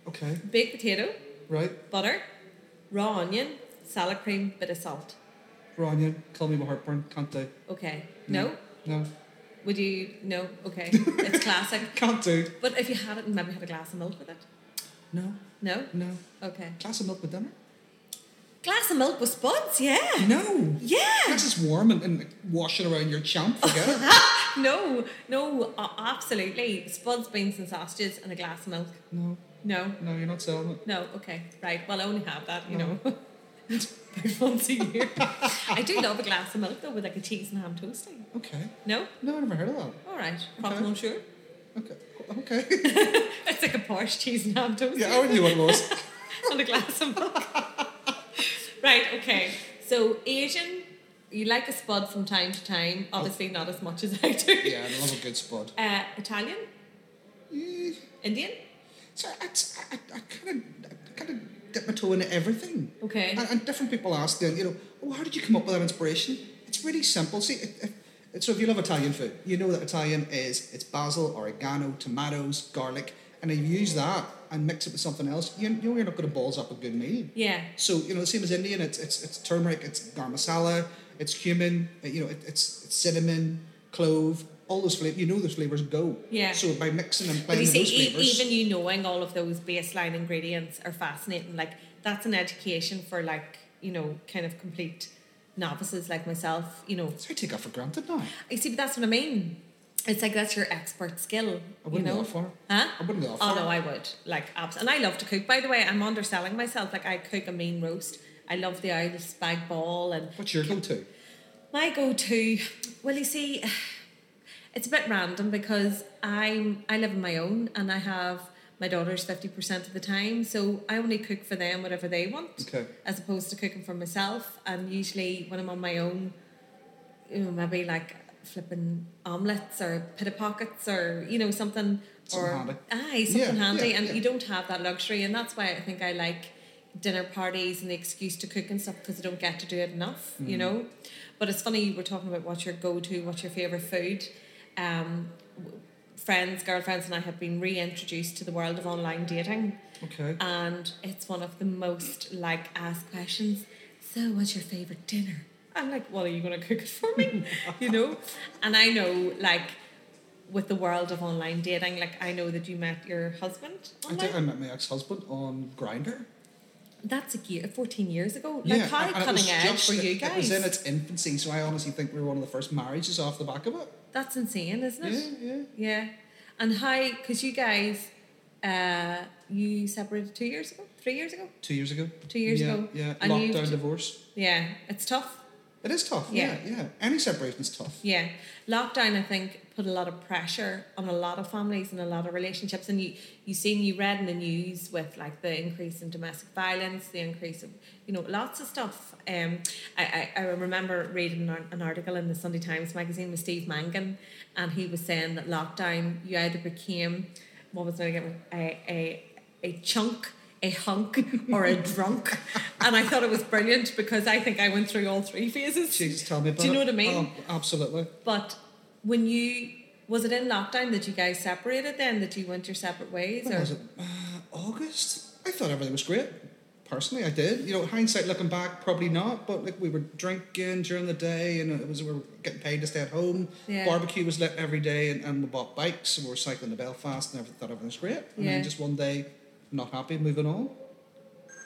[SPEAKER 2] Okay.
[SPEAKER 1] Baked potato,
[SPEAKER 2] Right.
[SPEAKER 1] butter, raw onion, salad cream, bit of salt.
[SPEAKER 2] Raw onion. Call me with heartburn. Can't do.
[SPEAKER 1] Okay. No?
[SPEAKER 2] No.
[SPEAKER 1] Would you? No. Okay. It's classic.
[SPEAKER 2] Can't do.
[SPEAKER 1] But if you had it, and maybe had a glass of milk with it.
[SPEAKER 2] No,
[SPEAKER 1] No.
[SPEAKER 2] no.
[SPEAKER 1] Okay.
[SPEAKER 2] Glass of milk with dinner?
[SPEAKER 1] Glass of milk with spuds. Yeah.
[SPEAKER 2] No.
[SPEAKER 1] Yeah.
[SPEAKER 2] Glass is warm and, and washing around your champ. Forget it.
[SPEAKER 1] No. No. a- absolutely. Spuds, beans, and sausages, and a glass of milk.
[SPEAKER 2] No,
[SPEAKER 1] No.
[SPEAKER 2] no, you're not selling it.
[SPEAKER 1] No, okay, right. Well, I only have that, you
[SPEAKER 2] No.
[SPEAKER 1] know, about once a year. I do love a glass of milk though, with like a cheese and ham toasting.
[SPEAKER 2] Okay.
[SPEAKER 1] No,
[SPEAKER 2] No, I never heard of that.
[SPEAKER 1] all right,
[SPEAKER 2] Okay.
[SPEAKER 1] Croque monsieur.
[SPEAKER 2] Okay. Okay.
[SPEAKER 1] It's like a Porsche cheese and ham toast
[SPEAKER 2] yeah, oh, I already knew what it was.
[SPEAKER 1] and a glass of milk. right. Okay. So Asian, you like a spud from time to time. Obviously, not as much as I do.
[SPEAKER 2] Oh. Yeah, I love a good spot.
[SPEAKER 1] Uh, Italian, Indian.
[SPEAKER 2] So I, I, I kind of I kind of dip my toe into everything.
[SPEAKER 1] Okay.
[SPEAKER 2] And, and different people ask them, you know, oh, how did you come up with that inspiration? It's really simple. See, it, it, it- so if you love Italian food, you know that Italian is it's basil, oregano, tomatoes, garlic, and if you use that and mix it with something else, you, you know you're not going to balls up a good meal.
[SPEAKER 1] Yeah.
[SPEAKER 2] So you know, the same as Indian, it's it's, it's turmeric, it's garam masala, it's cumin, uh, you know, it, it's, it's cinnamon, clove, all those flavors. You know, those flavors go.
[SPEAKER 1] Yeah.
[SPEAKER 2] So by mixing and
[SPEAKER 1] But you
[SPEAKER 2] playing with
[SPEAKER 1] see,
[SPEAKER 2] those
[SPEAKER 1] e-
[SPEAKER 2] flavors,
[SPEAKER 1] even you knowing all of those baseline ingredients are fascinating. Like that's an education for like you know kind of complete novices like myself. You know,
[SPEAKER 2] so I take that for granted now.
[SPEAKER 1] you see, but that's what I mean. It's like that's your expert skill.
[SPEAKER 2] I wouldn't
[SPEAKER 1] you
[SPEAKER 2] go
[SPEAKER 1] know?
[SPEAKER 2] that far.
[SPEAKER 1] Huh?
[SPEAKER 2] I wouldn't go that
[SPEAKER 1] Oh
[SPEAKER 2] far.
[SPEAKER 1] no, I would like abs, and I love to cook. By the way, I'm underselling myself. Like I cook a mean roast. I love the Irish spag ball and
[SPEAKER 2] What's your go-to?
[SPEAKER 1] my go-to well you see it's a bit random because i'm i live on my own and i have my daughters 50% of the time so i only cook for them whatever they want
[SPEAKER 2] Okay.
[SPEAKER 1] as opposed to cooking for myself and usually when i'm on my own you know maybe like flipping omelets or pita pockets or you know something
[SPEAKER 2] Something
[SPEAKER 1] or
[SPEAKER 2] handy.
[SPEAKER 1] aye something
[SPEAKER 2] Yeah,
[SPEAKER 1] handy
[SPEAKER 2] yeah,
[SPEAKER 1] and
[SPEAKER 2] yeah.
[SPEAKER 1] you don't have that luxury and that's why i think i like dinner parties and the excuse to cook and stuff because i don't get to do it enough
[SPEAKER 2] Mm.
[SPEAKER 1] you know but it's funny you were talking about what's your go-to what's your favorite food um w- friends girlfriends and i have been reintroduced to the world of online dating Um,
[SPEAKER 2] Okay.
[SPEAKER 1] and it's one of the most like asked questions. So, what's your favorite dinner? I'm like, well, are you going to cook it for me? you know, and I know like with the world of online dating, like I know that you met your husband
[SPEAKER 2] I, did, I
[SPEAKER 1] online.
[SPEAKER 2] met my ex-husband on Grinder.
[SPEAKER 1] That's a year, 14 years ago. Like how cutting edge for you
[SPEAKER 2] It was in
[SPEAKER 1] guys.
[SPEAKER 2] its infancy, so I honestly think we were one of the first marriages off the back of it.
[SPEAKER 1] That's insane, isn't
[SPEAKER 2] Yeah,
[SPEAKER 1] it?
[SPEAKER 2] yeah.
[SPEAKER 1] Yeah. And how? Because you guys, uh, you separated two years ago, three years ago,
[SPEAKER 2] Two years ago.
[SPEAKER 1] two years
[SPEAKER 2] yeah,
[SPEAKER 1] ago.
[SPEAKER 2] Yeah.
[SPEAKER 1] And you've
[SPEAKER 2] Lockdown
[SPEAKER 1] j-
[SPEAKER 2] divorce.
[SPEAKER 1] Yeah, it's tough.
[SPEAKER 2] It is tough.
[SPEAKER 1] Yeah.
[SPEAKER 2] yeah. yeah. Any separation's tough.
[SPEAKER 1] Yeah. Lockdown, I think, put a lot of pressure on a lot of families and a lot of relationships. And you, you seen, you read in the news with like the increase in domestic violence, the increase of, you know, lots of stuff. Um, I, I, I remember reading an, ar- an article in the Sunday Times magazine with Steve Mangan, and he was saying that lockdown, you either became, what was it again, a, a, a chunk. A hunk or a drunk, and I thought it was brilliant because I think I went through all three phases.
[SPEAKER 2] Jesus, tell me about
[SPEAKER 1] Do you know
[SPEAKER 2] it.
[SPEAKER 1] what I mean?
[SPEAKER 2] Oh, absolutely.
[SPEAKER 1] But when you was it in lockdown that you guys separated then that you went your separate ways
[SPEAKER 2] When
[SPEAKER 1] or
[SPEAKER 2] was it? Uh, August? I thought everything was great. Personally, I did. You know, hindsight looking back, probably not. But like we were drinking during the day, and it was we were getting paid to stay at home.
[SPEAKER 1] Yeah.
[SPEAKER 2] Barbecue was lit every day, and, and we bought bikes, and we were cycling to Belfast, and everything, thought everything was great. And
[SPEAKER 1] Yeah.
[SPEAKER 2] then just one day, not happy, moving on.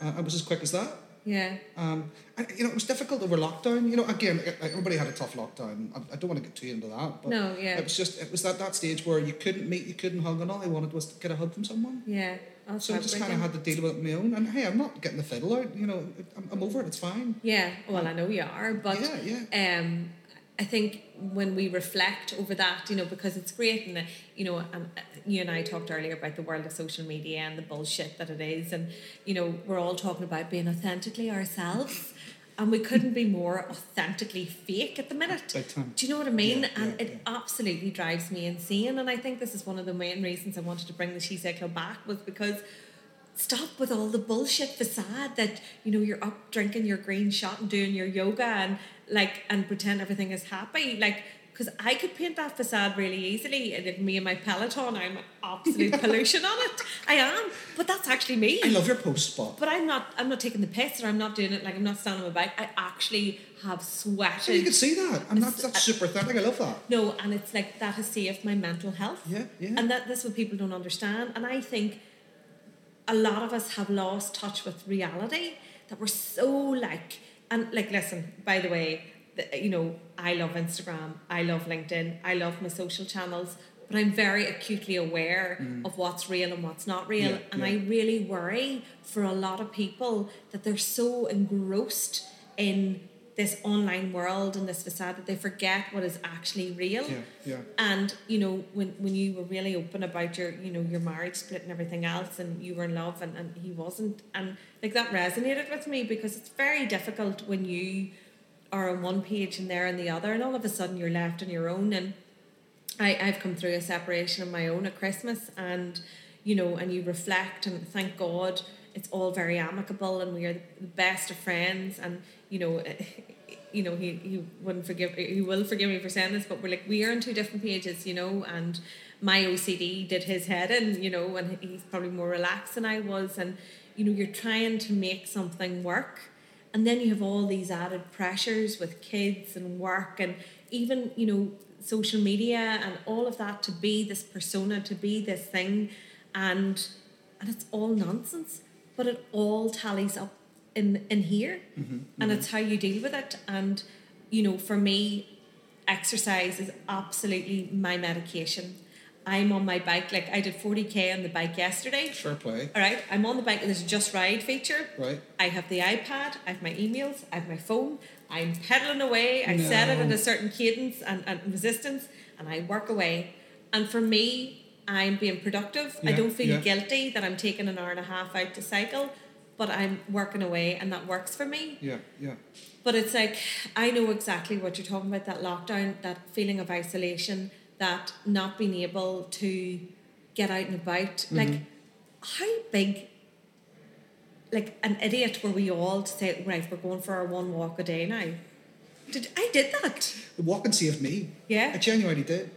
[SPEAKER 2] Uh, it was as quick as that.
[SPEAKER 1] yeah
[SPEAKER 2] Um, and, you know, it was difficult over lockdown. You know, again, like, everybody had a tough lockdown. I, I don't want to get too into that, but
[SPEAKER 1] no yeah
[SPEAKER 2] it was just it was that that stage where you couldn't meet, you couldn't hug, and all I wanted was to get a hug from someone.
[SPEAKER 1] yeah that's
[SPEAKER 2] So I just kind of
[SPEAKER 1] heartbreaking.
[SPEAKER 2] had to deal with it on my own. And hey, I'm not getting the fiddle out. You know, I'm, I'm over it. It's fine.
[SPEAKER 1] yeah well I know you are but
[SPEAKER 2] yeah, yeah.
[SPEAKER 1] um I think when we reflect over that, you know, because it's great, and uh, you know, um, uh, you and I talked earlier about the world of social media and the bullshit that it is, and you know, we're all talking about being authentically ourselves, and we couldn't be more authentically fake at the minute.
[SPEAKER 2] Big time.
[SPEAKER 1] Do you know what I mean?
[SPEAKER 2] Yeah,
[SPEAKER 1] and
[SPEAKER 2] yeah,
[SPEAKER 1] it
[SPEAKER 2] yeah.
[SPEAKER 1] absolutely drives me insane. And I think this is one of the main reasons I wanted to bring the She Said Club back was because stop with all the bullshit facade that you know you're up drinking your green shot and doing your yoga and like and pretend everything is happy like. because I could paint that facade really easily. And if me and my Peloton, I'm an absolute pollution on it. I am, but that's actually me.
[SPEAKER 2] I love your post spot.
[SPEAKER 1] But I'm not. I'm not taking the piss, or I'm not doing it. Like I'm not standing on my bike. I actually have sweated.
[SPEAKER 2] So you can see that. And that's, that's super authentic. I love that.
[SPEAKER 1] No, and it's like that has saved my mental health.
[SPEAKER 2] Yeah, yeah.
[SPEAKER 1] And that that's what people don't understand. And I think a lot of us have lost touch with reality that we're so like and like listen, by the way, the, you know, I love Instagram, I love LinkedIn, I love my social channels, but I'm very acutely aware of what's real and what's not real.
[SPEAKER 2] Mm. Yeah,
[SPEAKER 1] and
[SPEAKER 2] yeah.
[SPEAKER 1] I really worry for a lot of people that they're so engrossed in this online world and this facade that they forget what is actually real.
[SPEAKER 2] Yeah, yeah.
[SPEAKER 1] And you know, when when you were really open about your you know your marriage split and everything else, and you were in love and, and he wasn't, and like that resonated with me because it's very difficult when you are on one page and they're on the other, and all of a sudden you're left on your own and. I, I've come through a separation of my own at Christmas and you know and you reflect and thank God it's all very amicable and we are the best of friends and you know you know he, he wouldn't forgive he will forgive me for saying this but we're like we are on two different pages you know and my OCD did his head in you know and he's probably more relaxed than I was and you know you're trying to make something work and then you have all these added pressures with kids and work and even, you know, social media and all of that to be this persona, to be this thing. And and it's all nonsense, but it all tallies up in in here. And it's how you deal with it. And, you know, for me, exercise is absolutely my medication. I'm on my bike, like I did 40k on the bike yesterday.
[SPEAKER 2] Fair play.
[SPEAKER 1] All right, I'm on the bike and there's a just ride feature.
[SPEAKER 2] Right.
[SPEAKER 1] I have the iPad, I have my emails, I have my phone, I'm pedaling away, I set it
[SPEAKER 2] No.
[SPEAKER 1] at a certain cadence and, and resistance, and I work away. And for me, I'm being productive. I
[SPEAKER 2] Yeah,
[SPEAKER 1] don't feel
[SPEAKER 2] yeah.
[SPEAKER 1] guilty that I'm taking an hour and a half out to cycle, but I'm working away and that works for me.
[SPEAKER 2] Yeah, yeah.
[SPEAKER 1] But it's like I know exactly what you're talking about that lockdown, that feeling of isolation, that not being able to get out and about. Like how big like an idiot were we all to say, right, we're going for our one walk a day now. Did I did that.
[SPEAKER 2] The walk and save me.
[SPEAKER 1] Yeah.
[SPEAKER 2] I genuinely did.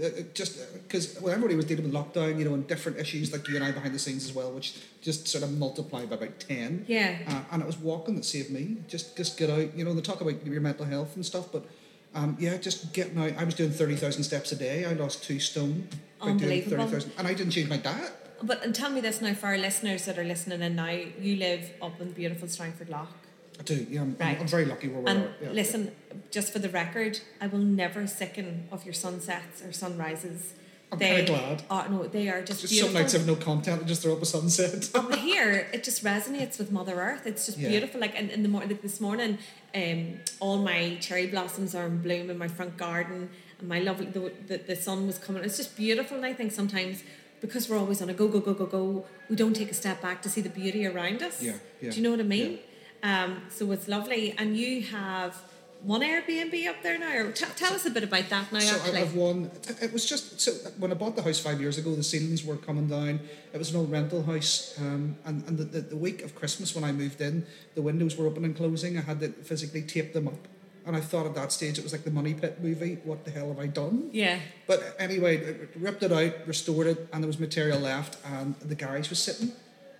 [SPEAKER 2] Uh, uh, Just because when everybody was dealing with lockdown, you know, and different issues like you and I behind the scenes as well, which just sort of multiplied by about 10.
[SPEAKER 1] Yeah.
[SPEAKER 2] Uh, and it was walking that saved me. Just just get out, you know, they talk about your mental health and stuff, but um, yeah, just getting out. I was doing 30,000 steps a day. I lost two stone by doing
[SPEAKER 1] Unbelievable.
[SPEAKER 2] 30,000. And I didn't change my diet.
[SPEAKER 1] But and tell me this now for our listeners that are listening in now, you live up in beautiful Strangford Loch.
[SPEAKER 2] I do, yeah. I'm,
[SPEAKER 1] Right.
[SPEAKER 2] I'm, I'm very lucky where we
[SPEAKER 1] And
[SPEAKER 2] are. Yeah,
[SPEAKER 1] listen, just for the record, I will never sicken of your sunsets or sunrises.
[SPEAKER 2] I'm kinda glad.
[SPEAKER 1] Are, no, they are just,
[SPEAKER 2] Just some
[SPEAKER 1] beautiful.
[SPEAKER 2] nights have no content and just throw up a sunset.
[SPEAKER 1] but here, it just resonates with Mother Earth. It's just
[SPEAKER 2] Yeah.
[SPEAKER 1] beautiful. Like in, in the morning, like this morning, um, all my cherry blossoms are in bloom in my front garden, and my lovely the, the, the sun was coming. It's just beautiful, and I think sometimes because we're always on a go go go go go, we don't take a step back to see the beauty around us.
[SPEAKER 2] Yeah, yeah,
[SPEAKER 1] Do you know what I mean?
[SPEAKER 2] yeah.
[SPEAKER 1] Um, so it's lovely, and you have one Airbnb up there now. Or t- tell us a bit about that now.
[SPEAKER 2] so
[SPEAKER 1] actually,
[SPEAKER 2] I, I've won. It was just so when I bought the house five years ago, the ceilings were coming down. It was an old rental house, um, and and the, the, the week of Christmas when I moved in, the windows were open and closing. I had to physically tape them up, and I thought at that stage it was like the Money Pit movie. What the hell have I done?
[SPEAKER 1] yeah,
[SPEAKER 2] But anyway, it- it ripped it out, restored it, and there was material left, and the garage was sitting.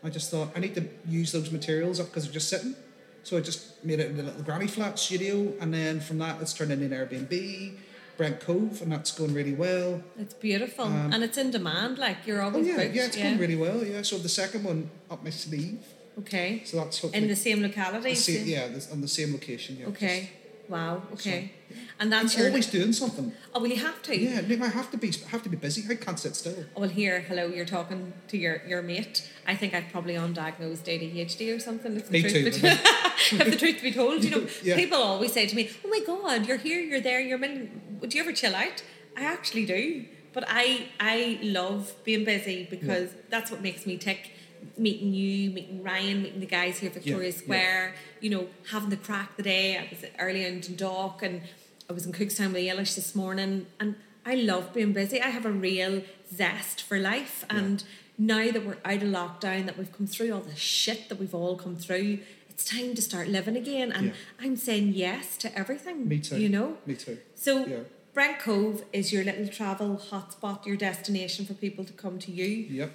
[SPEAKER 2] I just thought I need to use those materials up because they're just sitting. So I just made it into a little granny flat studio, and then from that it's turned into an Airbnb, Brent Cove, and that's going really well.
[SPEAKER 1] it's beautiful, and it's in demand. Like you're
[SPEAKER 2] Um, Oh
[SPEAKER 1] always
[SPEAKER 2] yeah,
[SPEAKER 1] booked.
[SPEAKER 2] yeah, it's going really well. Yeah, so the second one up my sleeve,
[SPEAKER 1] Okay.
[SPEAKER 2] so that's hopefully
[SPEAKER 1] In the same locality?
[SPEAKER 2] the same,
[SPEAKER 1] so-
[SPEAKER 2] yeah, this, on the same location. Yeah,
[SPEAKER 1] Okay.
[SPEAKER 2] just-
[SPEAKER 1] Wow. Okay. And that's
[SPEAKER 2] I'm
[SPEAKER 1] your.
[SPEAKER 2] always doing something.
[SPEAKER 1] oh, well, you have to.
[SPEAKER 2] Yeah, no, I have to be, I have to be busy. I can't sit still.
[SPEAKER 1] Oh, well, here, hello, you're talking to your, your mate. I think I've probably undiagnosed ADHD or something. If the
[SPEAKER 2] Me
[SPEAKER 1] truth
[SPEAKER 2] too,
[SPEAKER 1] Be
[SPEAKER 2] I
[SPEAKER 1] if the truth be told, you know,
[SPEAKER 2] Yeah.
[SPEAKER 1] people always say to me, "Oh my God, you're here, you're there, you're in." Do you ever chill out? I actually do, but I I love being busy because that's what makes me tick. Meeting you, meeting Ryan, meeting the guys here at Victoria
[SPEAKER 2] yeah.
[SPEAKER 1] Square. You know, having the crack the day. I was earlier in Dundalk and I was in Cookstown with Elish this morning, and I love being busy. I have a real zest for life, and now that we're out of lockdown, that we've come through all the shit that we've all come through, it's time to start living again. And
[SPEAKER 2] Yeah.
[SPEAKER 1] I'm saying yes to everything.
[SPEAKER 2] Me too.
[SPEAKER 1] You know?
[SPEAKER 2] Me too.
[SPEAKER 1] So
[SPEAKER 2] Yeah.
[SPEAKER 1] Brent Cove is your little travel hotspot, your destination for people to come to you.
[SPEAKER 2] Yep.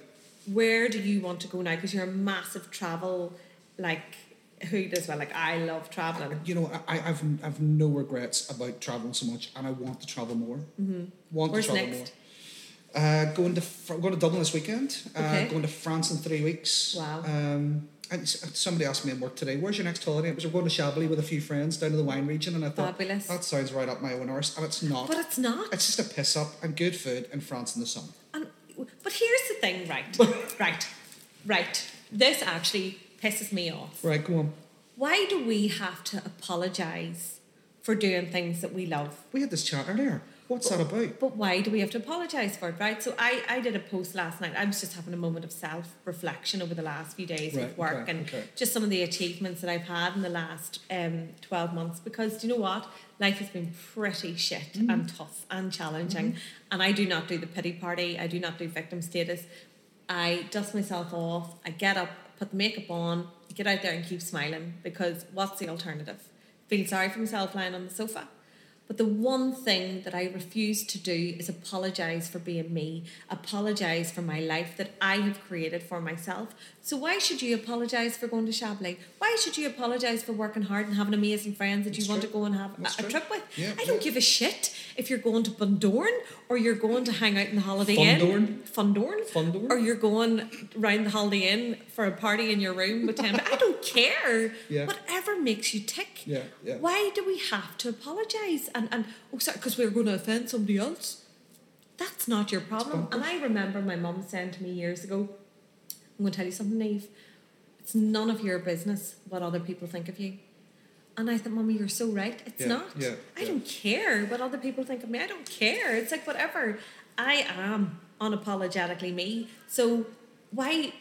[SPEAKER 1] Where do you want to go now? Because you're a massive travel, like, who does well? Like, I love traveling.
[SPEAKER 2] You know, I, I've I've no regrets about traveling so much, and I want to travel more. Mm-hmm. Want
[SPEAKER 1] Where's
[SPEAKER 2] to travel
[SPEAKER 1] next?
[SPEAKER 2] more. Uh, going to Fr- going to Dublin this weekend.
[SPEAKER 1] Okay.
[SPEAKER 2] Uh, going to France in three weeks.
[SPEAKER 1] Wow.
[SPEAKER 2] Um, and s- somebody asked me at work today, "Where's your next holiday?" It was we're going to Chablis with a few friends down to the wine region, and I thought
[SPEAKER 1] Fabulous.
[SPEAKER 2] that sounds right up my own arse, and it's not.
[SPEAKER 1] But it's not.
[SPEAKER 2] it's just a piss up and good food in France in the sun.
[SPEAKER 1] And, but here's the thing, right? right. Right. This actually pisses me off.
[SPEAKER 2] Right, go on.
[SPEAKER 1] Why do we have to apologise for doing things that we love?
[SPEAKER 2] We had this chat earlier. What's that about?
[SPEAKER 1] But why do we have to apologise for it, right? So I, I did a post last night. I was just having a moment of self reflection over the last few days
[SPEAKER 2] Right,
[SPEAKER 1] with work
[SPEAKER 2] okay,
[SPEAKER 1] and
[SPEAKER 2] okay.
[SPEAKER 1] just some of the achievements that I've had in the last um, 12 months. Because do you know what? Life has been pretty shit
[SPEAKER 2] Mm-hmm.
[SPEAKER 1] and tough and challenging. And I do not do the pity party, I do not do victim status. I dust myself off, I get up, put the makeup on, get out there and keep smiling because what's the alternative? Feel sorry for myself lying on the sofa. But the one thing that I refuse to do is apologize for being me, apologize for my life that I have created for myself. So why should you apologize for going to Chablis? Why should you apologize for working hard and having amazing friends that
[SPEAKER 2] That's
[SPEAKER 1] you want
[SPEAKER 2] true.
[SPEAKER 1] to go and have
[SPEAKER 2] That's
[SPEAKER 1] a, a
[SPEAKER 2] true.
[SPEAKER 1] trip with?
[SPEAKER 2] Yeah,
[SPEAKER 1] I don't
[SPEAKER 2] yeah.
[SPEAKER 1] give a shit if you're going to Bundoran or you're going to hang out in the Holiday Inn,
[SPEAKER 2] Fundorn?
[SPEAKER 1] Fundorn,
[SPEAKER 2] Fundorn?
[SPEAKER 1] or you're going round the Holiday Inn for a party in your room with ten. I don't care.
[SPEAKER 2] Yeah.
[SPEAKER 1] Whatever makes you tick
[SPEAKER 2] Yeah, yeah.
[SPEAKER 1] why do we have to apologize and and oh sorry because we're going to offend somebody else that's not your problem
[SPEAKER 2] bonkers.
[SPEAKER 1] and i remember my mum saying to me years ago i'm going to tell you something naive it's none of your business what other people think of you and i thought mummy you're so right it's
[SPEAKER 2] Yeah,
[SPEAKER 1] not
[SPEAKER 2] yeah,
[SPEAKER 1] i
[SPEAKER 2] yeah.
[SPEAKER 1] don't care what other people think of me i don't care it's like whatever i am unapologetically me so why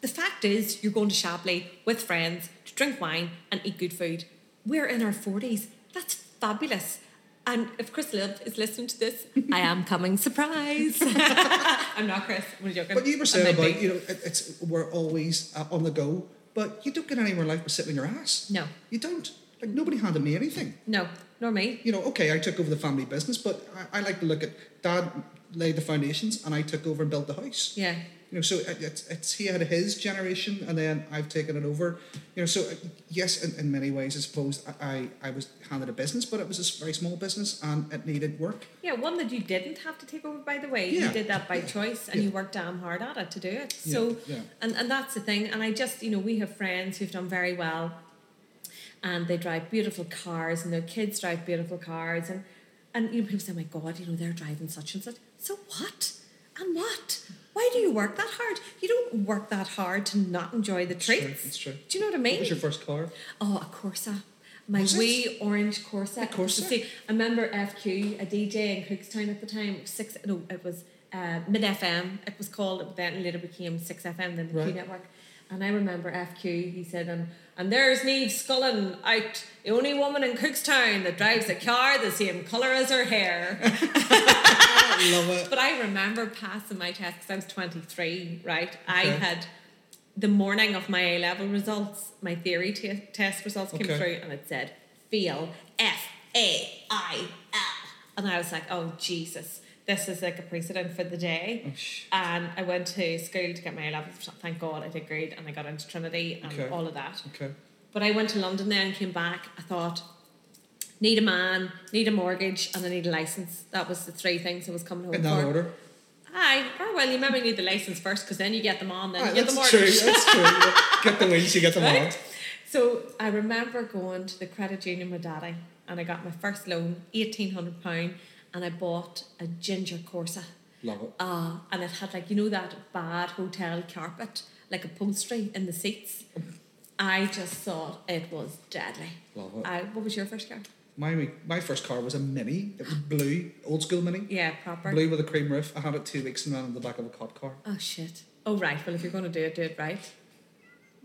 [SPEAKER 1] the fact is you're going to Shapley with friends to drink wine and eat good food. We're in our 40s. That's fabulous. And if Chris Love is listening to this, I am coming. Surprise! I'm not Chris. I'm only joking.
[SPEAKER 2] But you
[SPEAKER 1] I
[SPEAKER 2] were saying
[SPEAKER 1] might be.
[SPEAKER 2] about you know it, it's we're always uh, on the go, but you don't get anywhere in life by sitting on your ass.
[SPEAKER 1] No.
[SPEAKER 2] you don't. Like nobody handed me anything.
[SPEAKER 1] No, nor me.
[SPEAKER 2] You know, okay, I took over the family business, but I, I like to look at dad laid the foundations, and I took over and built the house.
[SPEAKER 1] Yeah.
[SPEAKER 2] You know, so it, it's, it's he had his generation, and then I've taken it over. You know, so uh, yes, in, in many ways, I suppose I, I I was handed a business, but it was a s- very small business, and it needed work.
[SPEAKER 1] Yeah, one that you didn't have to take over, by the way. You
[SPEAKER 2] Yeah.
[SPEAKER 1] did that by
[SPEAKER 2] Yeah.
[SPEAKER 1] choice and
[SPEAKER 2] Yeah.
[SPEAKER 1] you worked damn hard at it to do it.
[SPEAKER 2] Yeah.
[SPEAKER 1] So,
[SPEAKER 2] Yeah.
[SPEAKER 1] And, and that's the thing. And I just, you know, we have friends who've done very well and they drive beautiful cars and their kids drive beautiful cars. And, and you know, people say, "Oh my God, you know, they're driving such and such. So what? And what? Why do you work that hard? You don't work that hard to not enjoy the
[SPEAKER 2] true,
[SPEAKER 1] treats.
[SPEAKER 2] it's true.
[SPEAKER 1] Do you know what I mean?
[SPEAKER 2] What was your first car?
[SPEAKER 1] Oh, a Corsa. My
[SPEAKER 2] Was it?
[SPEAKER 1] wee orange Corsa.
[SPEAKER 2] A Corsa?
[SPEAKER 1] See, I remember FQ, a DJ in Cookstown at the time. It was six. No, it was uh, Mid FM. It was called. It then later became Six FM, then the Q
[SPEAKER 2] Right.
[SPEAKER 1] Network. And I remember FQ. He said, "And and there's Neve Scullin out, the only woman in Cookstown that drives a car the same colour as her hair."
[SPEAKER 2] I love it.
[SPEAKER 1] But I remember passing my test because I was 23, right? I
[SPEAKER 2] Okay.
[SPEAKER 1] had the morning of my A level results, my theory te- test results came
[SPEAKER 2] Okay.
[SPEAKER 1] through, and it said feel F A I L. And I was like, oh, Jesus, this is like a precedent for the day.
[SPEAKER 2] Oh, sh-
[SPEAKER 1] And I went to school to get my A levels. Thank God I did great, and I got into Trinity and
[SPEAKER 2] Okay.
[SPEAKER 1] all of that.
[SPEAKER 2] Okay.
[SPEAKER 1] But I went to London then and came back. I thought, need a man, need a mortgage, and I need a license. That was the three things I was coming home
[SPEAKER 2] In
[SPEAKER 1] for.
[SPEAKER 2] that order.
[SPEAKER 1] Aye, or well, you maybe need the license first because then you get them on, then
[SPEAKER 2] Ah,
[SPEAKER 1] you get the
[SPEAKER 2] that's
[SPEAKER 1] mortgage.
[SPEAKER 2] true. That's true. Yeah. Get the wins, you get them all.
[SPEAKER 1] Right? So I remember going to the credit union with daddy and I got my first loan, £1,800, and I bought a ginger Corsa.
[SPEAKER 2] Love it.
[SPEAKER 1] Uh, and it had like, you know, that bad hotel carpet, like upholstery in the seats. I just thought it was deadly.
[SPEAKER 2] Love it.
[SPEAKER 1] I, what was your first car?
[SPEAKER 2] My my first car was a mini. It was blue, old school mini,
[SPEAKER 1] Yeah, proper.
[SPEAKER 2] blue with a cream roof. I had it two weeks and ran on the back of a cop car.
[SPEAKER 1] Oh, shit. Oh, right. Well, if you're going to do it, do it right.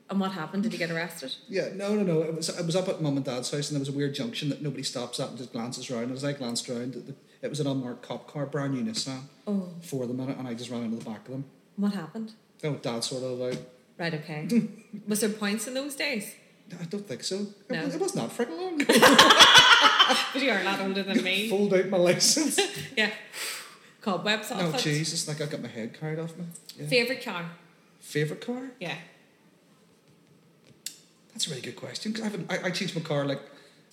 [SPEAKER 1] And what happened? Did you get arrested?
[SPEAKER 2] Yeah, no, no, no. It was it was up at mum and dad's house, and there was a weird junction that nobody stops at and just glances round. And as I glanced round, it, it was an unmarked cop car, brand new Nissan,
[SPEAKER 1] Oh,
[SPEAKER 2] for the minute, and I just ran into the back of them.
[SPEAKER 1] what happened?
[SPEAKER 2] Oh, dad sorted it out.
[SPEAKER 1] Right, okay. Was there points in those days?
[SPEAKER 2] I don't think so. It,
[SPEAKER 1] No.
[SPEAKER 2] wa- it wasn't that freaking long.
[SPEAKER 1] but you are a lot older than me.
[SPEAKER 2] Fold out my license.
[SPEAKER 1] Yeah. Cobwebs off
[SPEAKER 2] oh,
[SPEAKER 1] it.
[SPEAKER 2] Jesus, like I got my head carried off me. Yeah.
[SPEAKER 1] Favorite car?
[SPEAKER 2] Favourite car?
[SPEAKER 1] Yeah.
[SPEAKER 2] That's a really good question. 'cause I haven't. I, I changed my car like,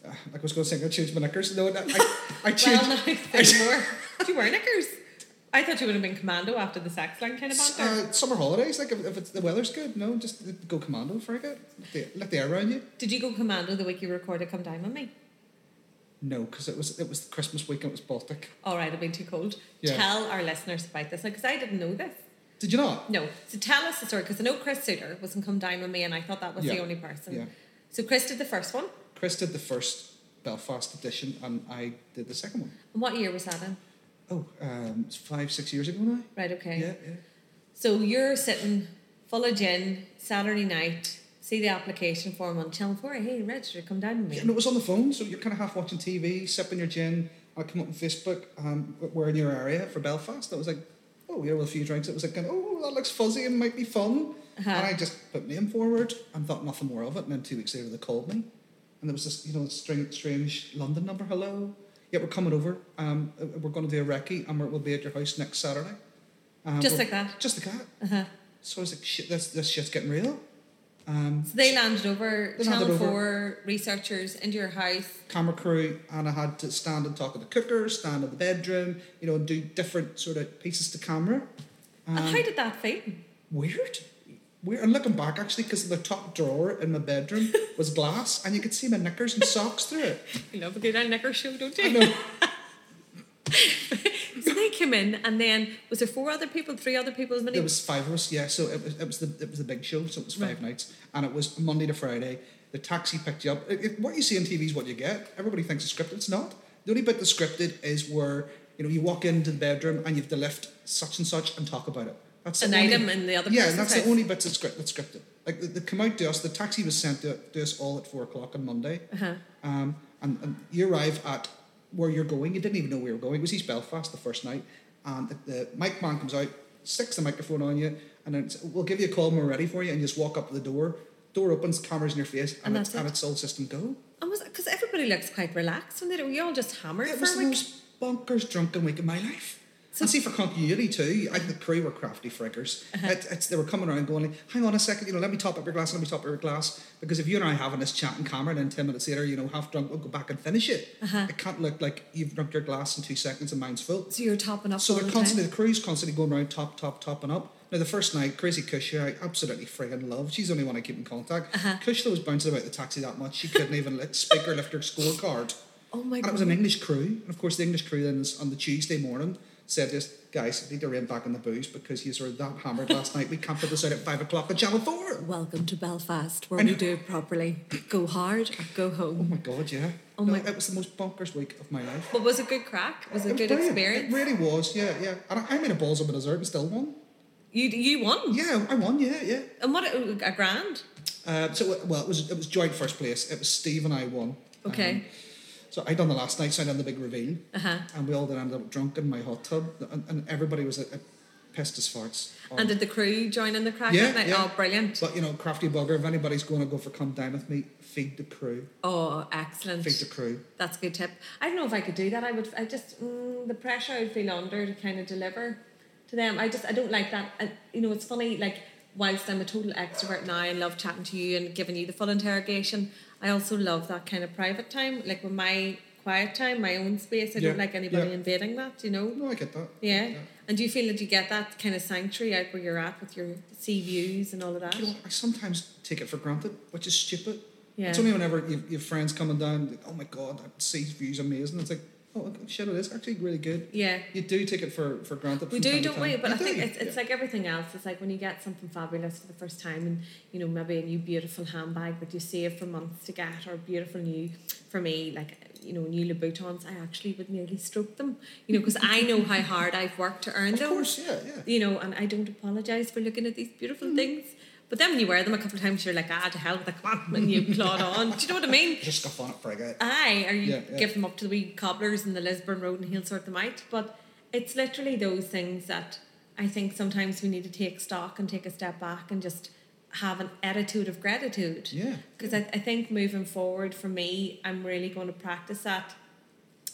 [SPEAKER 2] uh, like I was going to say I changed my knickers. No, I, I, I changed.
[SPEAKER 1] Well, no, there's more. Do you wear knickers? I thought you would have been commando after the sex line kind of banter.
[SPEAKER 2] uh, summer holidays, like if, if it's, the weather's good, no, just go commando for a bit. Let the, let the air around you.
[SPEAKER 1] Did you go commando the week you recorded Come Down With Me?
[SPEAKER 2] No, because it was it was the Christmas week and it was Baltic.
[SPEAKER 1] All right, I've been too cold.
[SPEAKER 2] Yeah.
[SPEAKER 1] Tell our listeners about this because I didn't know this.
[SPEAKER 2] Did you not?
[SPEAKER 1] No, so tell us the story because I know Chris Suter was in Come Down With Me and I thought that was the
[SPEAKER 2] Yeah.
[SPEAKER 1] only person.
[SPEAKER 2] Yeah.
[SPEAKER 1] So Chris did the first one.
[SPEAKER 2] Chris did the first Belfast edition and I did the second one.
[SPEAKER 1] And what year was that in?
[SPEAKER 2] Oh, um, it's five, six years ago now.
[SPEAKER 1] Right, okay.
[SPEAKER 2] Yeah, yeah.
[SPEAKER 1] So you're sitting full of gin Saturday night, see the application form on Channel 4. Hey, register, come down with me.
[SPEAKER 2] Yeah, and it was on the phone, so you're kind of half watching TV, sipping your gin. I come up on Facebook, um, we're in your area for Belfast. I was like, oh, yeah, with a few drinks. It was like, kind of, oh, that looks fuzzy and might be fun.
[SPEAKER 1] Uh-huh.
[SPEAKER 2] And I just put my name forward and thought nothing more of it. And then two weeks later, they called me. And there was this, you know, strange, strange London number, hello. Yeah, we're coming over. Um, uh, we're going to do a recce and we're, we'll be at your house next Saturday. Um,
[SPEAKER 1] Just like
[SPEAKER 2] we're-
[SPEAKER 1] that.
[SPEAKER 2] Just like that.
[SPEAKER 1] Uh-huh.
[SPEAKER 2] So I was like, shit, this, this shit's getting real. Um,
[SPEAKER 1] So they landed over
[SPEAKER 2] They
[SPEAKER 1] Channel
[SPEAKER 2] landed over.
[SPEAKER 1] 4 researchers into your house.
[SPEAKER 2] camera crew and I had to stand and talk at the cooker, stand in the bedroom, you know, and do different sort of pieces to camera. Um,
[SPEAKER 1] and how did that feel?
[SPEAKER 2] weird. Weird. And looking back actually, because the top drawer in my bedroom was glass and you could see my knickers and socks through it.
[SPEAKER 1] You love a good old knicker show, don't
[SPEAKER 2] I
[SPEAKER 1] you?
[SPEAKER 2] know.
[SPEAKER 1] So they came in and then, was there four other people, three other people? As many?
[SPEAKER 2] There was five of us, yeah. So it was, it was the it was the big show, so it was five
[SPEAKER 1] Right.
[SPEAKER 2] nights. And it was Monday to Friday. The taxi picked you up. It- it- what you see on TV is what you get. Everybody thinks it's scripted. It's not. The only bit that's scripted is where, you know, you walk into the bedroom and you have to lift such and such and talk about it. That's
[SPEAKER 1] an
[SPEAKER 2] the only,
[SPEAKER 1] item in the other
[SPEAKER 2] Yeah,
[SPEAKER 1] person's
[SPEAKER 2] and that's
[SPEAKER 1] house.
[SPEAKER 2] the only bit that's, script, that's scripted. Like, they, they come out to us. The taxi was sent to, to us all at four o'clock on Monday.
[SPEAKER 1] Uh-huh.
[SPEAKER 2] Um, and, and you arrive at where you're going. You didn't even know where you were going. It was East Belfast the first night. And the, the mic man comes out, sticks the microphone on you, and then it's, we'll give you a call when we're ready for you. And you just walk up to the door. Door opens, cameras in your face, and,
[SPEAKER 1] And
[SPEAKER 2] it's,
[SPEAKER 1] that's it.
[SPEAKER 2] and it's all system go.
[SPEAKER 1] And was Because everybody looks quite relaxed when they do. We all just hammered
[SPEAKER 2] It
[SPEAKER 1] for
[SPEAKER 2] was
[SPEAKER 1] a
[SPEAKER 2] the
[SPEAKER 1] week.
[SPEAKER 2] most bonkers drunken week of my life.
[SPEAKER 1] So-
[SPEAKER 2] and see for continuity too, I think the crew were crafty friggers.
[SPEAKER 1] Uh-huh.
[SPEAKER 2] It, it's, they were coming around going, like, hang on a second, you know, let me top up your glass, let me top up your glass. Because if you and I are having this chat in camera and then 10 minutes later, you know, half drunk, we'll go back and finish it.
[SPEAKER 1] Uh-huh.
[SPEAKER 2] It can't look like you've drunk your glass in two seconds and mine's full.
[SPEAKER 1] So you're topping up
[SPEAKER 2] So
[SPEAKER 1] all
[SPEAKER 2] they're
[SPEAKER 1] the
[SPEAKER 2] constantly,
[SPEAKER 1] time.
[SPEAKER 2] the crew's constantly going around top, top, topping up. Now, the first night, Crazy Kush, who I absolutely friggin' love, she's the only one I keep in contact.
[SPEAKER 1] Uh-huh.
[SPEAKER 2] uh was bouncing about the taxi that much, she couldn't even let speak or lift her scorecard.
[SPEAKER 1] Oh my
[SPEAKER 2] And it
[SPEAKER 1] God.
[SPEAKER 2] was an English crew. And of course, the English crew then is- on the Tuesday morning said to us, guys, I need to rein back on the booze because you were that hammered last night. We can't put this out at five o'clock on Channel Oh 4.
[SPEAKER 1] Welcome to Belfast, where we do it properly. Go hard or go
[SPEAKER 2] Oh
[SPEAKER 1] home.
[SPEAKER 2] my God, yeah.
[SPEAKER 1] Oh
[SPEAKER 2] No,
[SPEAKER 1] my-
[SPEAKER 2] It was the most bonkers week of my life.
[SPEAKER 1] But was it good crack? Was it,
[SPEAKER 2] was
[SPEAKER 1] good
[SPEAKER 2] brilliant.
[SPEAKER 1] experience?
[SPEAKER 2] It really was, yeah, yeah. And I, I made a balls of a dessert and still won.
[SPEAKER 1] You you won.
[SPEAKER 2] Yeah, I won, yeah, yeah.
[SPEAKER 1] And what a grand.
[SPEAKER 2] Uh, so, well, it was, it was joint first place. It was Steve and I won.
[SPEAKER 1] Okay.
[SPEAKER 2] Um, so I done the last night, so I done the big reveal.
[SPEAKER 1] Uh huh.
[SPEAKER 2] And we all then ended up drunk in my hot tub. And, and everybody was uh, uh, pissed as farts.
[SPEAKER 1] And did the crew join in the crack?
[SPEAKER 2] um, Yeah,
[SPEAKER 1] that night?
[SPEAKER 2] yeah.
[SPEAKER 1] Oh, brilliant.
[SPEAKER 2] But you know, crafty bugger. If anybody's going to go for come down with me, feed the crew.
[SPEAKER 1] Oh, excellent.
[SPEAKER 2] Feed the crew.
[SPEAKER 1] That's a good tip. I don't know if I could do that. I would. I just mm, the pressure I would feel under to kind of deliver to them. I just I don't like that. And you know, it's funny. Like whilst I'm a total extrovert now and love chatting to you and giving you the full interrogation, I also love that kind of private time. Like with my quiet time, my own space. I don't
[SPEAKER 2] Yeah,
[SPEAKER 1] like anybody
[SPEAKER 2] yeah.
[SPEAKER 1] invading that. You know.
[SPEAKER 2] No, I get that.
[SPEAKER 1] Yeah. And do you feel that you get that kind of sanctuary out where you're at with your sea views and all of that?
[SPEAKER 2] You know, I sometimes take it for granted, which is stupid.
[SPEAKER 1] Yeah.
[SPEAKER 2] It's only whenever you your friends coming down, like, oh my god, that sea view's amazing. It's like, oh okay, shit, it is actually really good.
[SPEAKER 1] Yeah.
[SPEAKER 2] You do take it for, for granted.
[SPEAKER 1] We
[SPEAKER 2] from
[SPEAKER 1] do,
[SPEAKER 2] time to
[SPEAKER 1] don't we?
[SPEAKER 2] time.
[SPEAKER 1] But
[SPEAKER 2] You
[SPEAKER 1] I think
[SPEAKER 2] do,
[SPEAKER 1] it's, it's
[SPEAKER 2] yeah.
[SPEAKER 1] like everything else. It's like when you get something fabulous for the first time, and you know maybe a new beautiful handbag that you saved for months to get, or beautiful new, for me, like you know new Louboutins. I actually would nearly stroke them, you know, because I know how hard I've worked to earn
[SPEAKER 2] Of
[SPEAKER 1] those
[SPEAKER 2] course, yeah, yeah.
[SPEAKER 1] you know, and I don't apologise for looking at these beautiful
[SPEAKER 2] Mm.
[SPEAKER 1] things. But then when you wear them a couple of times, you're like, ah, to hell with the come on, and you plod on. Do you know what I mean?
[SPEAKER 2] Just scuff on it for a guy.
[SPEAKER 1] Aye, or you
[SPEAKER 2] Yeah, yeah.
[SPEAKER 1] give them up to the wee cobblers in the Lisburn Road and he'll sort them out. But it's literally those things that I think sometimes we need to take stock and take a step back and just have an attitude of gratitude.
[SPEAKER 2] Yeah.
[SPEAKER 1] Because I, I think moving forward for me, I'm really going to practice that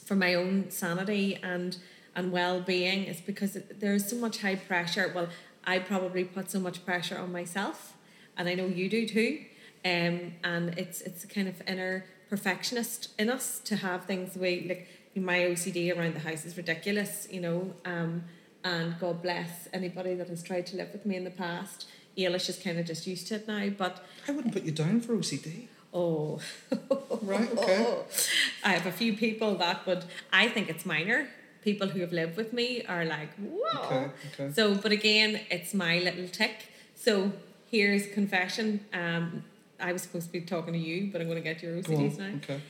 [SPEAKER 1] for my own sanity and and well-being is because it- there's so much high pressure well i probably put so much pressure on myself and i know you do too um, and it's it's a kind of inner perfectionist in us to have things the way like my ocd around the house is ridiculous you know um, and god bless anybody that has tried to live with me in the past Eilish is kind of just used to it now but
[SPEAKER 2] I wouldn't put you down for OCD.
[SPEAKER 1] Oh.
[SPEAKER 2] Right, okay.
[SPEAKER 1] I have a few people that would, I think it's minor. People who have lived with me are like, whoa.
[SPEAKER 2] Okay, okay.
[SPEAKER 1] So, but again, it's my little tick. So here's a confession. Um, I was supposed to be talking to you, but I'm going to get your
[SPEAKER 2] Go on.
[SPEAKER 1] OCDs now
[SPEAKER 2] Okay.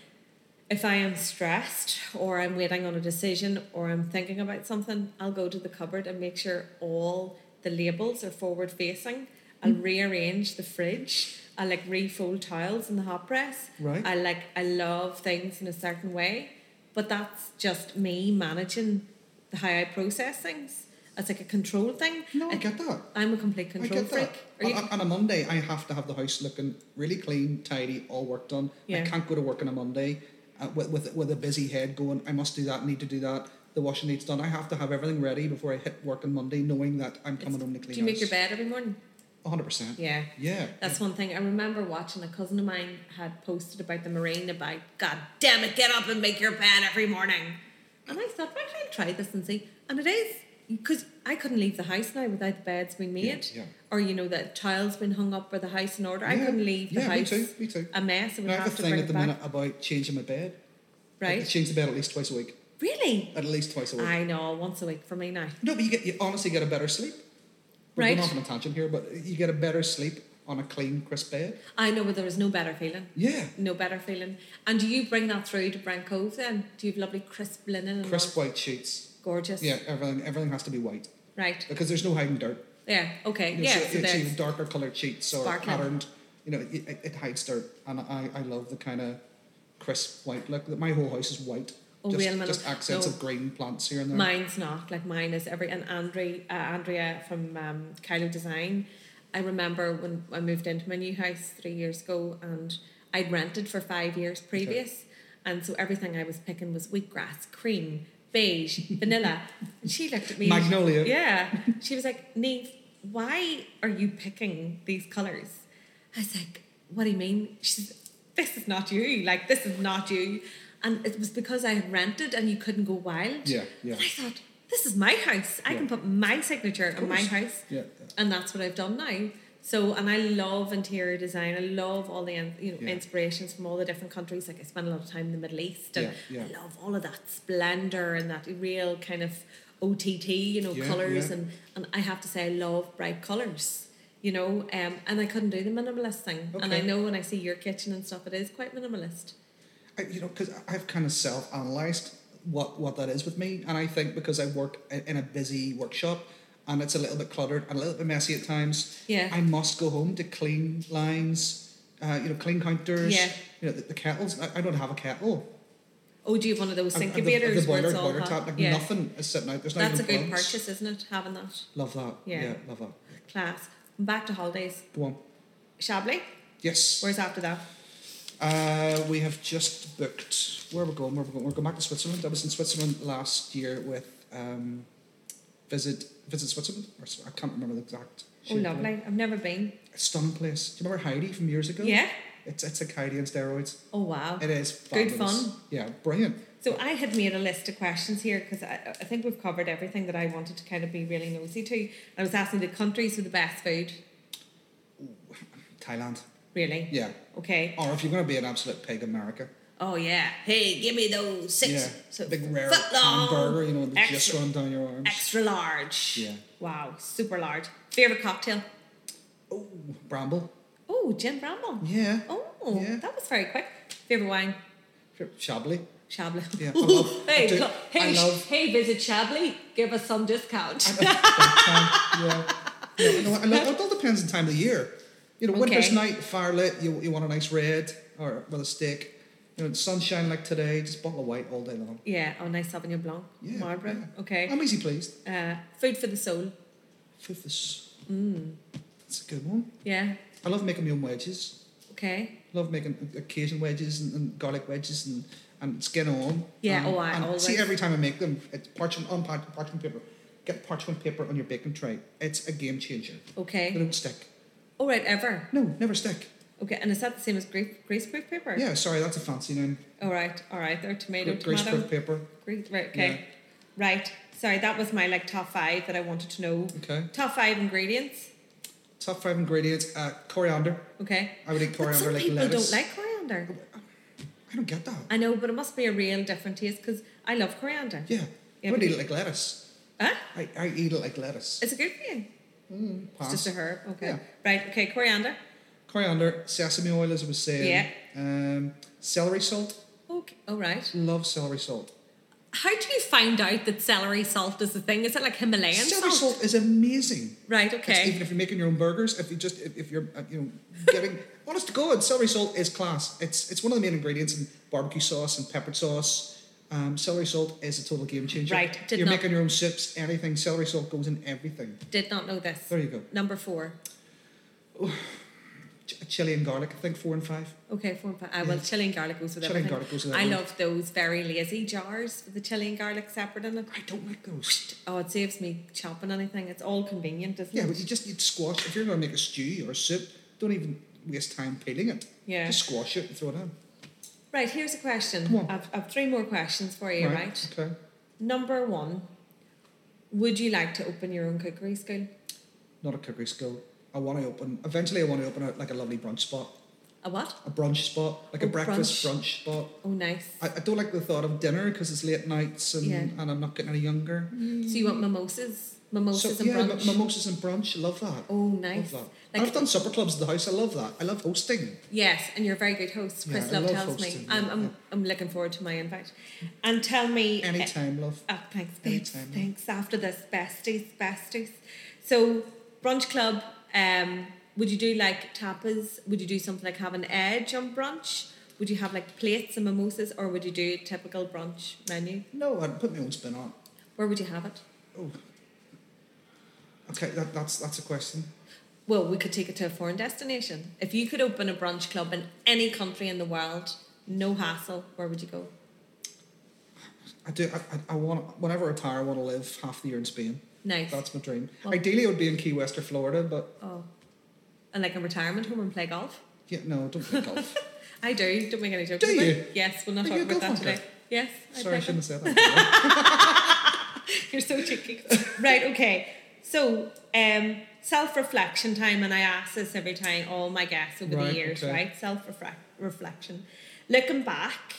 [SPEAKER 1] if I am stressed or I'm waiting on a decision or I'm thinking about something, I'll go to the cupboard and make sure all the labels are forward facing. I'll
[SPEAKER 2] Mm.
[SPEAKER 1] rearrange the fridge. I like refold tiles in the hot press.
[SPEAKER 2] Right.
[SPEAKER 1] I like I love things in a certain way, but that's just me managing the how I process things. It's like a control thing.
[SPEAKER 2] No, I
[SPEAKER 1] It-
[SPEAKER 2] get that.
[SPEAKER 1] I'm a complete
[SPEAKER 2] I
[SPEAKER 1] control
[SPEAKER 2] get
[SPEAKER 1] freak.
[SPEAKER 2] that.
[SPEAKER 1] Are you-
[SPEAKER 2] On- On a Monday, I have to have the house looking really clean, tidy, all work done.
[SPEAKER 1] Yeah.
[SPEAKER 2] I can't go to work on a Monday uh, with, with with a busy head going. I must do that. Need to do that. The washing needs done. I have to have everything ready before I hit work on Monday, knowing that I'm coming home to clean.
[SPEAKER 1] do you make your bed every morning?
[SPEAKER 2] One hundred percent.
[SPEAKER 1] Yeah.
[SPEAKER 2] Yeah.
[SPEAKER 1] That's one thing. I remember watching a cousin of mine had posted about the marine about, God damn it, get up and make your bed every morning. And I thought, right, I'll try this and see. And it is. Because I couldn't leave the house now without the beds being
[SPEAKER 2] Yeah,
[SPEAKER 1] made.
[SPEAKER 2] yeah.
[SPEAKER 1] Or, you know, the tile's been hung up or the house in order. I
[SPEAKER 2] Yeah,
[SPEAKER 1] couldn't leave the
[SPEAKER 2] yeah, me
[SPEAKER 1] house
[SPEAKER 2] too, me too.
[SPEAKER 1] a mess. I would
[SPEAKER 2] And I
[SPEAKER 1] have
[SPEAKER 2] have
[SPEAKER 1] to
[SPEAKER 2] a thing
[SPEAKER 1] bring
[SPEAKER 2] at
[SPEAKER 1] it
[SPEAKER 2] the
[SPEAKER 1] back.
[SPEAKER 2] minute about changing my bed. I have to
[SPEAKER 1] right?
[SPEAKER 2] change the bed at least twice a week.
[SPEAKER 1] Really?
[SPEAKER 2] At least twice a week.
[SPEAKER 1] I know, once a week for me now.
[SPEAKER 2] No, but you get you honestly get a better sleep. We're
[SPEAKER 1] Right.
[SPEAKER 2] going off on a tangent here, but you get a better sleep on a clean, crisp bed.
[SPEAKER 1] I know, but there is no better feeling.
[SPEAKER 2] Yeah.
[SPEAKER 1] No better feeling. And do you bring that through to Brent Cove then? Do you have lovely crisp linen and all?
[SPEAKER 2] Crisp white sheets.
[SPEAKER 1] gorgeous?
[SPEAKER 2] Yeah, everything everything has to be white
[SPEAKER 1] Right.
[SPEAKER 2] because there's no hiding dirt.
[SPEAKER 1] Yeah. Okay.
[SPEAKER 2] You know,
[SPEAKER 1] yeah.
[SPEAKER 2] so
[SPEAKER 1] So,
[SPEAKER 2] it's
[SPEAKER 1] there's-
[SPEAKER 2] even darker colored sheets or
[SPEAKER 1] Sparkling.
[SPEAKER 2] patterned. You know, it, it, it hides dirt, and I, I love the kind of crisp white look. That my whole house is white.
[SPEAKER 1] Oh,
[SPEAKER 2] just,
[SPEAKER 1] wait a minute.
[SPEAKER 2] just accents
[SPEAKER 1] No.
[SPEAKER 2] of green plants here and there.
[SPEAKER 1] mine's not like mine is every and Andre uh, Andrea from um, Kylo Design. I remember when I moved into my new house three years ago, and I'd rented for five years previous, and so everything I was picking was wheatgrass, cream, beige, vanilla. And she looked at me.
[SPEAKER 2] Magnolia.
[SPEAKER 1] Yeah. She was like, Neve, why are you picking these colours? I was like, what do you mean? She said, this is not you. Like, this is not you. And it was because I had rented and you couldn't go wild.
[SPEAKER 2] Yeah, yeah.
[SPEAKER 1] And I thought, this is my house. I
[SPEAKER 2] Yeah.
[SPEAKER 1] can put my signature on my
[SPEAKER 2] course.
[SPEAKER 1] house.
[SPEAKER 2] Yeah, yeah.
[SPEAKER 1] And that's what I've done now. So, and I love interior design. I love all the in- you know
[SPEAKER 2] Yeah.
[SPEAKER 1] inspirations from all the different countries. Like I spend a lot of time in the Middle East, and
[SPEAKER 2] Yeah, yeah.
[SPEAKER 1] I love all of that splendor and that real kind of OTT, you know,
[SPEAKER 2] Yeah,
[SPEAKER 1] colors.
[SPEAKER 2] yeah.
[SPEAKER 1] And and I have to say, I love bright colors. You know, um, and I couldn't do the minimalist thing. And I
[SPEAKER 2] Okay.
[SPEAKER 1] know when I see your kitchen and stuff, it is quite minimalist.
[SPEAKER 2] I, you know, because I've kind of self-analyzed what what that is with me, and I think because I work i- in a busy workshop and it's a little bit cluttered and a little bit messy at times.
[SPEAKER 1] Yeah.
[SPEAKER 2] I must go home to clean lines, uh, you know, clean counters.
[SPEAKER 1] Yeah.
[SPEAKER 2] You know, the, the kettles. I, I don't have a kettle.
[SPEAKER 1] Oh, do you have one of those
[SPEAKER 2] And- and the-
[SPEAKER 1] incubators
[SPEAKER 2] The,
[SPEAKER 1] where
[SPEAKER 2] boiler,
[SPEAKER 1] it's all
[SPEAKER 2] boiler
[SPEAKER 1] hot?
[SPEAKER 2] tap, like
[SPEAKER 1] yeah.
[SPEAKER 2] nothing is sitting out. There's not
[SPEAKER 1] That's a
[SPEAKER 2] even
[SPEAKER 1] good
[SPEAKER 2] plugs.
[SPEAKER 1] purchase, isn't it? Having that
[SPEAKER 2] Love that.
[SPEAKER 1] Yeah.
[SPEAKER 2] Yeah. love that.
[SPEAKER 1] class. Back to holidays.
[SPEAKER 2] Go on.
[SPEAKER 1] Shabley,
[SPEAKER 2] Yes.
[SPEAKER 1] where's after that? oh,
[SPEAKER 2] Uh, we have just booked. Where are we going? Where are we going? We're going back to Switzerland. I was in Switzerland last year with um, visit visit Switzerland. Or, s- I can't remember the exact.
[SPEAKER 1] Oh,
[SPEAKER 2] shape of it.
[SPEAKER 1] lovely. I've never been.
[SPEAKER 2] A stunning place. Do you remember Heidi from years ago?
[SPEAKER 1] Yeah.
[SPEAKER 2] It's it's like Heidi on steroids.
[SPEAKER 1] Oh wow.
[SPEAKER 2] It is
[SPEAKER 1] Good
[SPEAKER 2] fabulous.
[SPEAKER 1] fun.
[SPEAKER 2] Yeah, brilliant.
[SPEAKER 1] So I had made a list of questions here because I, I think we've covered everything that I wanted to kind of be really nosy to. I was asking the countries with the best food,
[SPEAKER 2] Thailand.
[SPEAKER 1] really.
[SPEAKER 2] Yeah.
[SPEAKER 1] Okay.
[SPEAKER 2] Or if you're going to be an absolute pig, America.
[SPEAKER 1] Oh yeah. Hey, give me those six.
[SPEAKER 2] yeah.
[SPEAKER 1] So
[SPEAKER 2] Big rare
[SPEAKER 1] foot long,
[SPEAKER 2] hamburger, you know, that's just
[SPEAKER 1] extra,
[SPEAKER 2] run down your arms.
[SPEAKER 1] extra large.
[SPEAKER 2] Yeah.
[SPEAKER 1] Wow, super large. Favorite cocktail?
[SPEAKER 2] Oh, Bramble.
[SPEAKER 1] Oh, gin bramble.
[SPEAKER 2] Yeah.
[SPEAKER 1] Oh,
[SPEAKER 2] Yeah.
[SPEAKER 1] that was very quick. Favorite wine?
[SPEAKER 2] Chablis.
[SPEAKER 1] Chablis.
[SPEAKER 2] Yeah, I love-
[SPEAKER 1] hey,
[SPEAKER 2] I do-
[SPEAKER 1] cl- hey,
[SPEAKER 2] I
[SPEAKER 1] sh-
[SPEAKER 2] love-
[SPEAKER 1] hey, visit Chablis. Give us some discount.
[SPEAKER 2] yeah. No, no, I love- it all depends on time of the year. You know, winter's
[SPEAKER 1] Okay.
[SPEAKER 2] night, fire lit, you, you want a nice red or with a steak. You know, sunshine like today, just bottle of white all day long.
[SPEAKER 1] yeah, oh, nice Sauvignon Blanc.
[SPEAKER 2] Yeah,
[SPEAKER 1] Marlborough.
[SPEAKER 2] yeah.
[SPEAKER 1] Okay.
[SPEAKER 2] I'm easy pleased.
[SPEAKER 1] Uh, food for the soul. Mm.
[SPEAKER 2] Fifth is. That's a good one.
[SPEAKER 1] Yeah.
[SPEAKER 2] I love making my own wedges.
[SPEAKER 1] Okay.
[SPEAKER 2] Love making occasion wedges and, and garlic wedges and, and skin on.
[SPEAKER 1] Yeah,
[SPEAKER 2] um,
[SPEAKER 1] oh, I
[SPEAKER 2] and
[SPEAKER 1] always-
[SPEAKER 2] See, every time I make them, it's parchment on par- parchment paper. Get parchment paper on your baking tray. It's a game changer. They
[SPEAKER 1] Okay.
[SPEAKER 2] don't stick.
[SPEAKER 1] All right, ever.
[SPEAKER 2] No, never stick.
[SPEAKER 1] Okay, and is that the same as grease, grease proof paper?
[SPEAKER 2] Yeah, sorry, that's a fancy name.
[SPEAKER 1] All right, all right. They're tomato,
[SPEAKER 2] Grease
[SPEAKER 1] tomato.
[SPEAKER 2] proof paper.
[SPEAKER 1] Grease, right, okay.
[SPEAKER 2] Yeah.
[SPEAKER 1] Right. Sorry, that was my like top five that I wanted to know.
[SPEAKER 2] Okay.
[SPEAKER 1] Top five ingredients.
[SPEAKER 2] Top five ingredients: uh, coriander.
[SPEAKER 1] Okay.
[SPEAKER 2] I would eat
[SPEAKER 1] But
[SPEAKER 2] coriander
[SPEAKER 1] some
[SPEAKER 2] like
[SPEAKER 1] people
[SPEAKER 2] lettuce.
[SPEAKER 1] don't like coriander.
[SPEAKER 2] I don't get that.
[SPEAKER 1] I know, but it must be a real different taste because I love coriander.
[SPEAKER 2] Yeah,
[SPEAKER 1] Yeah,
[SPEAKER 2] I would
[SPEAKER 1] but-
[SPEAKER 2] eat it like lettuce.
[SPEAKER 1] Huh?
[SPEAKER 2] I, I eat it like lettuce.
[SPEAKER 1] It's a good thing. It's
[SPEAKER 2] Pass.
[SPEAKER 1] just a herb. Okay.
[SPEAKER 2] Yeah.
[SPEAKER 1] Right. Okay. Coriander.
[SPEAKER 2] Coriander, sesame oil, as I was saying.
[SPEAKER 1] Yeah.
[SPEAKER 2] Um, celery salt.
[SPEAKER 1] Okay. All right.
[SPEAKER 2] Love celery salt.
[SPEAKER 1] How do you find out that celery salt is the thing? Is it like Himalayan
[SPEAKER 2] celery salt, is amazing.
[SPEAKER 1] Right.
[SPEAKER 2] It's-
[SPEAKER 1] Okay.
[SPEAKER 2] even if you're making your own burgers, if you just if, if you're uh, you know getting honest to God, celery salt is class. It's it's one of the main ingredients in barbecue sauce and peppered sauce. Um, celery salt is a total game changer.
[SPEAKER 1] Right, did
[SPEAKER 2] you're
[SPEAKER 1] not-
[SPEAKER 2] making your own soups, anything. Celery salt goes in everything.
[SPEAKER 1] Did not know this.
[SPEAKER 2] There you go.
[SPEAKER 1] Number four.
[SPEAKER 2] Ch- uh, chili and garlic. I think four and five.
[SPEAKER 1] Okay, four and five. Ah, well,
[SPEAKER 2] Yeah.
[SPEAKER 1] chili and garlic goes with
[SPEAKER 2] Chili and
[SPEAKER 1] everything.
[SPEAKER 2] garlic goes with
[SPEAKER 1] I
[SPEAKER 2] everything.
[SPEAKER 1] love those very lazy jars with the chili and garlic separate in it.
[SPEAKER 2] I don't like those.
[SPEAKER 1] Oh, it saves me chopping anything. It's all convenient, isn't
[SPEAKER 2] Yeah,
[SPEAKER 1] it?
[SPEAKER 2] but you just you'd squash if you're going to make a stew or a soup. Don't even waste time peeling it.
[SPEAKER 1] Yeah.
[SPEAKER 2] Just squash it and throw it in.
[SPEAKER 1] Right, here's a question.
[SPEAKER 2] Come on.
[SPEAKER 1] I've, I've three more questions for you, right.
[SPEAKER 2] Okay.
[SPEAKER 1] Number one, would you like to open your own cookery school?
[SPEAKER 2] Not a cookery skill. I want to open. Eventually, I want to open a, like a lovely brunch spot,
[SPEAKER 1] A what?
[SPEAKER 2] a brunch spot, like
[SPEAKER 1] Oh,
[SPEAKER 2] a breakfast
[SPEAKER 1] brunch.
[SPEAKER 2] brunch, spot.
[SPEAKER 1] Oh, nice.
[SPEAKER 2] I, I don't like the thought of dinner because it's late nights and,
[SPEAKER 1] Yeah.
[SPEAKER 2] and I'm not getting any younger.
[SPEAKER 1] So you want mimosas? Mimosas
[SPEAKER 2] so
[SPEAKER 1] and
[SPEAKER 2] yeah, mi-
[SPEAKER 1] brunch?
[SPEAKER 2] mimosas and brunch. Love that.
[SPEAKER 1] oh, nice.
[SPEAKER 2] Love that.
[SPEAKER 1] Like-
[SPEAKER 2] I've done supper clubs at the house. I love that. I love hosting.
[SPEAKER 1] Yes, and you're a very good host.
[SPEAKER 2] Yeah,
[SPEAKER 1] Chris
[SPEAKER 2] I
[SPEAKER 1] Love
[SPEAKER 2] love
[SPEAKER 1] tells me.
[SPEAKER 2] hosting,
[SPEAKER 1] I'm,
[SPEAKER 2] yeah,
[SPEAKER 1] I'm,
[SPEAKER 2] yeah.
[SPEAKER 1] I'm looking forward to my invite. And tell me. eh,
[SPEAKER 2] Anytime, love.
[SPEAKER 1] Oh, thanks, babes.
[SPEAKER 2] Anytime, yeah.
[SPEAKER 1] Thanks. After this, besties, besties. So, brunch club. Um, would you do like tapas? Would you do something like have an edge on brunch? Would you have like plates and mimosas, or would you do a typical brunch menu?
[SPEAKER 2] No, I'd put my own spin on. it.
[SPEAKER 1] Where would you have it?
[SPEAKER 2] Oh. Okay, that, that's that's a question.
[SPEAKER 1] Well, we could take it to a foreign destination. If you could open a brunch club in any country in the world, no hassle. Where would you go?
[SPEAKER 2] I do. I, I, I want. Whenever I retire, I want to live half the year in Spain.
[SPEAKER 1] Nice.
[SPEAKER 2] That's my dream.
[SPEAKER 1] Well-
[SPEAKER 2] Ideally, it would be in Key West or Florida, but
[SPEAKER 1] oh, and like a retirement home and play golf.
[SPEAKER 2] yeah, no, don't play golf.
[SPEAKER 1] I do. Don't make any jokes.
[SPEAKER 2] Do
[SPEAKER 1] about
[SPEAKER 2] you?
[SPEAKER 1] it. Yes, we'll not
[SPEAKER 2] Are
[SPEAKER 1] talk
[SPEAKER 2] you a
[SPEAKER 1] about that
[SPEAKER 2] golf
[SPEAKER 1] today.
[SPEAKER 2] hunter?
[SPEAKER 1] Yes, I
[SPEAKER 2] Sorry, I
[SPEAKER 1] play golf.
[SPEAKER 2] shouldn't have said that.
[SPEAKER 1] You're so cheeky. right, okay. So, um, self reflection time, and I ask this every time, all my guests over the
[SPEAKER 2] Right,
[SPEAKER 1] years,
[SPEAKER 2] okay.
[SPEAKER 1] right? Self reflection. Looking back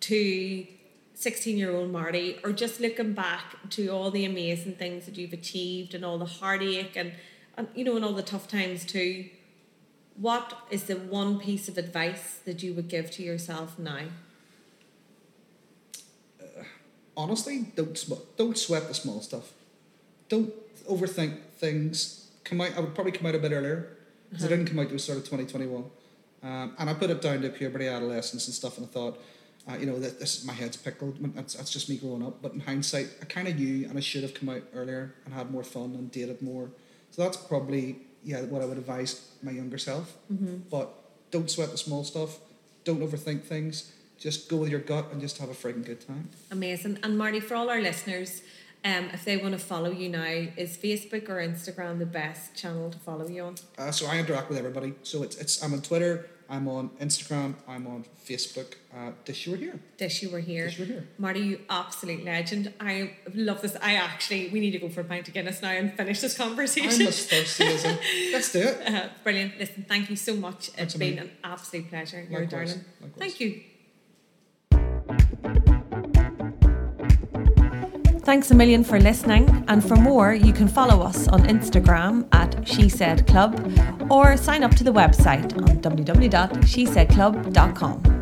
[SPEAKER 1] to 16 year old Marty, or just looking back to all the amazing things that you've achieved and all the heartache and, and you know, and all the tough times too. What is the one piece of advice that you would give to yourself now?
[SPEAKER 2] Honestly, don't sm- don't sweat the small stuff. Don't overthink things. Come out. I would probably come out a bit earlier because I didn't come out to sort of twenty twenty one, um, and I put it down to puberty, adolescence, and stuff. And I thought, uh, you know, that this my head's pickled. Mm, That's, that's just me growing up. But in hindsight, I kind of knew, and I should have come out earlier and had more fun and dated more. So that's probably yeah what I would advise my younger self. But don't sweat the small stuff. Don't overthink things. Just go with your gut and just have a friggin' good time.
[SPEAKER 1] Amazing. And Marty, for all our listeners, um, if they want to follow you now, is Facebook or Instagram the best channel to follow you on?
[SPEAKER 2] Uh, so I interact with everybody. So it's, it's I'm on Twitter, I'm on Instagram, I'm on Facebook. Uh, this you were here.
[SPEAKER 1] Dish you were here.
[SPEAKER 2] Dish you were here.
[SPEAKER 1] Marty, you absolute legend. I love this. I actually, we need to go for a pint of Guinness now and finish this
[SPEAKER 2] I'm
[SPEAKER 1] conversation.
[SPEAKER 2] as thirsty as a. Let's do it.
[SPEAKER 1] Uh, brilliant. Listen, thank you so much. It's
[SPEAKER 2] Thanks a
[SPEAKER 1] been
[SPEAKER 2] million.
[SPEAKER 1] an absolute pleasure. You're a
[SPEAKER 2] Likewise,
[SPEAKER 1] darling.
[SPEAKER 2] likewise.
[SPEAKER 1] Thank you. Thanks a million for listening. And for more, you can follow us on Instagram at She Said Club or sign up to the website on www.shesaidclub.com.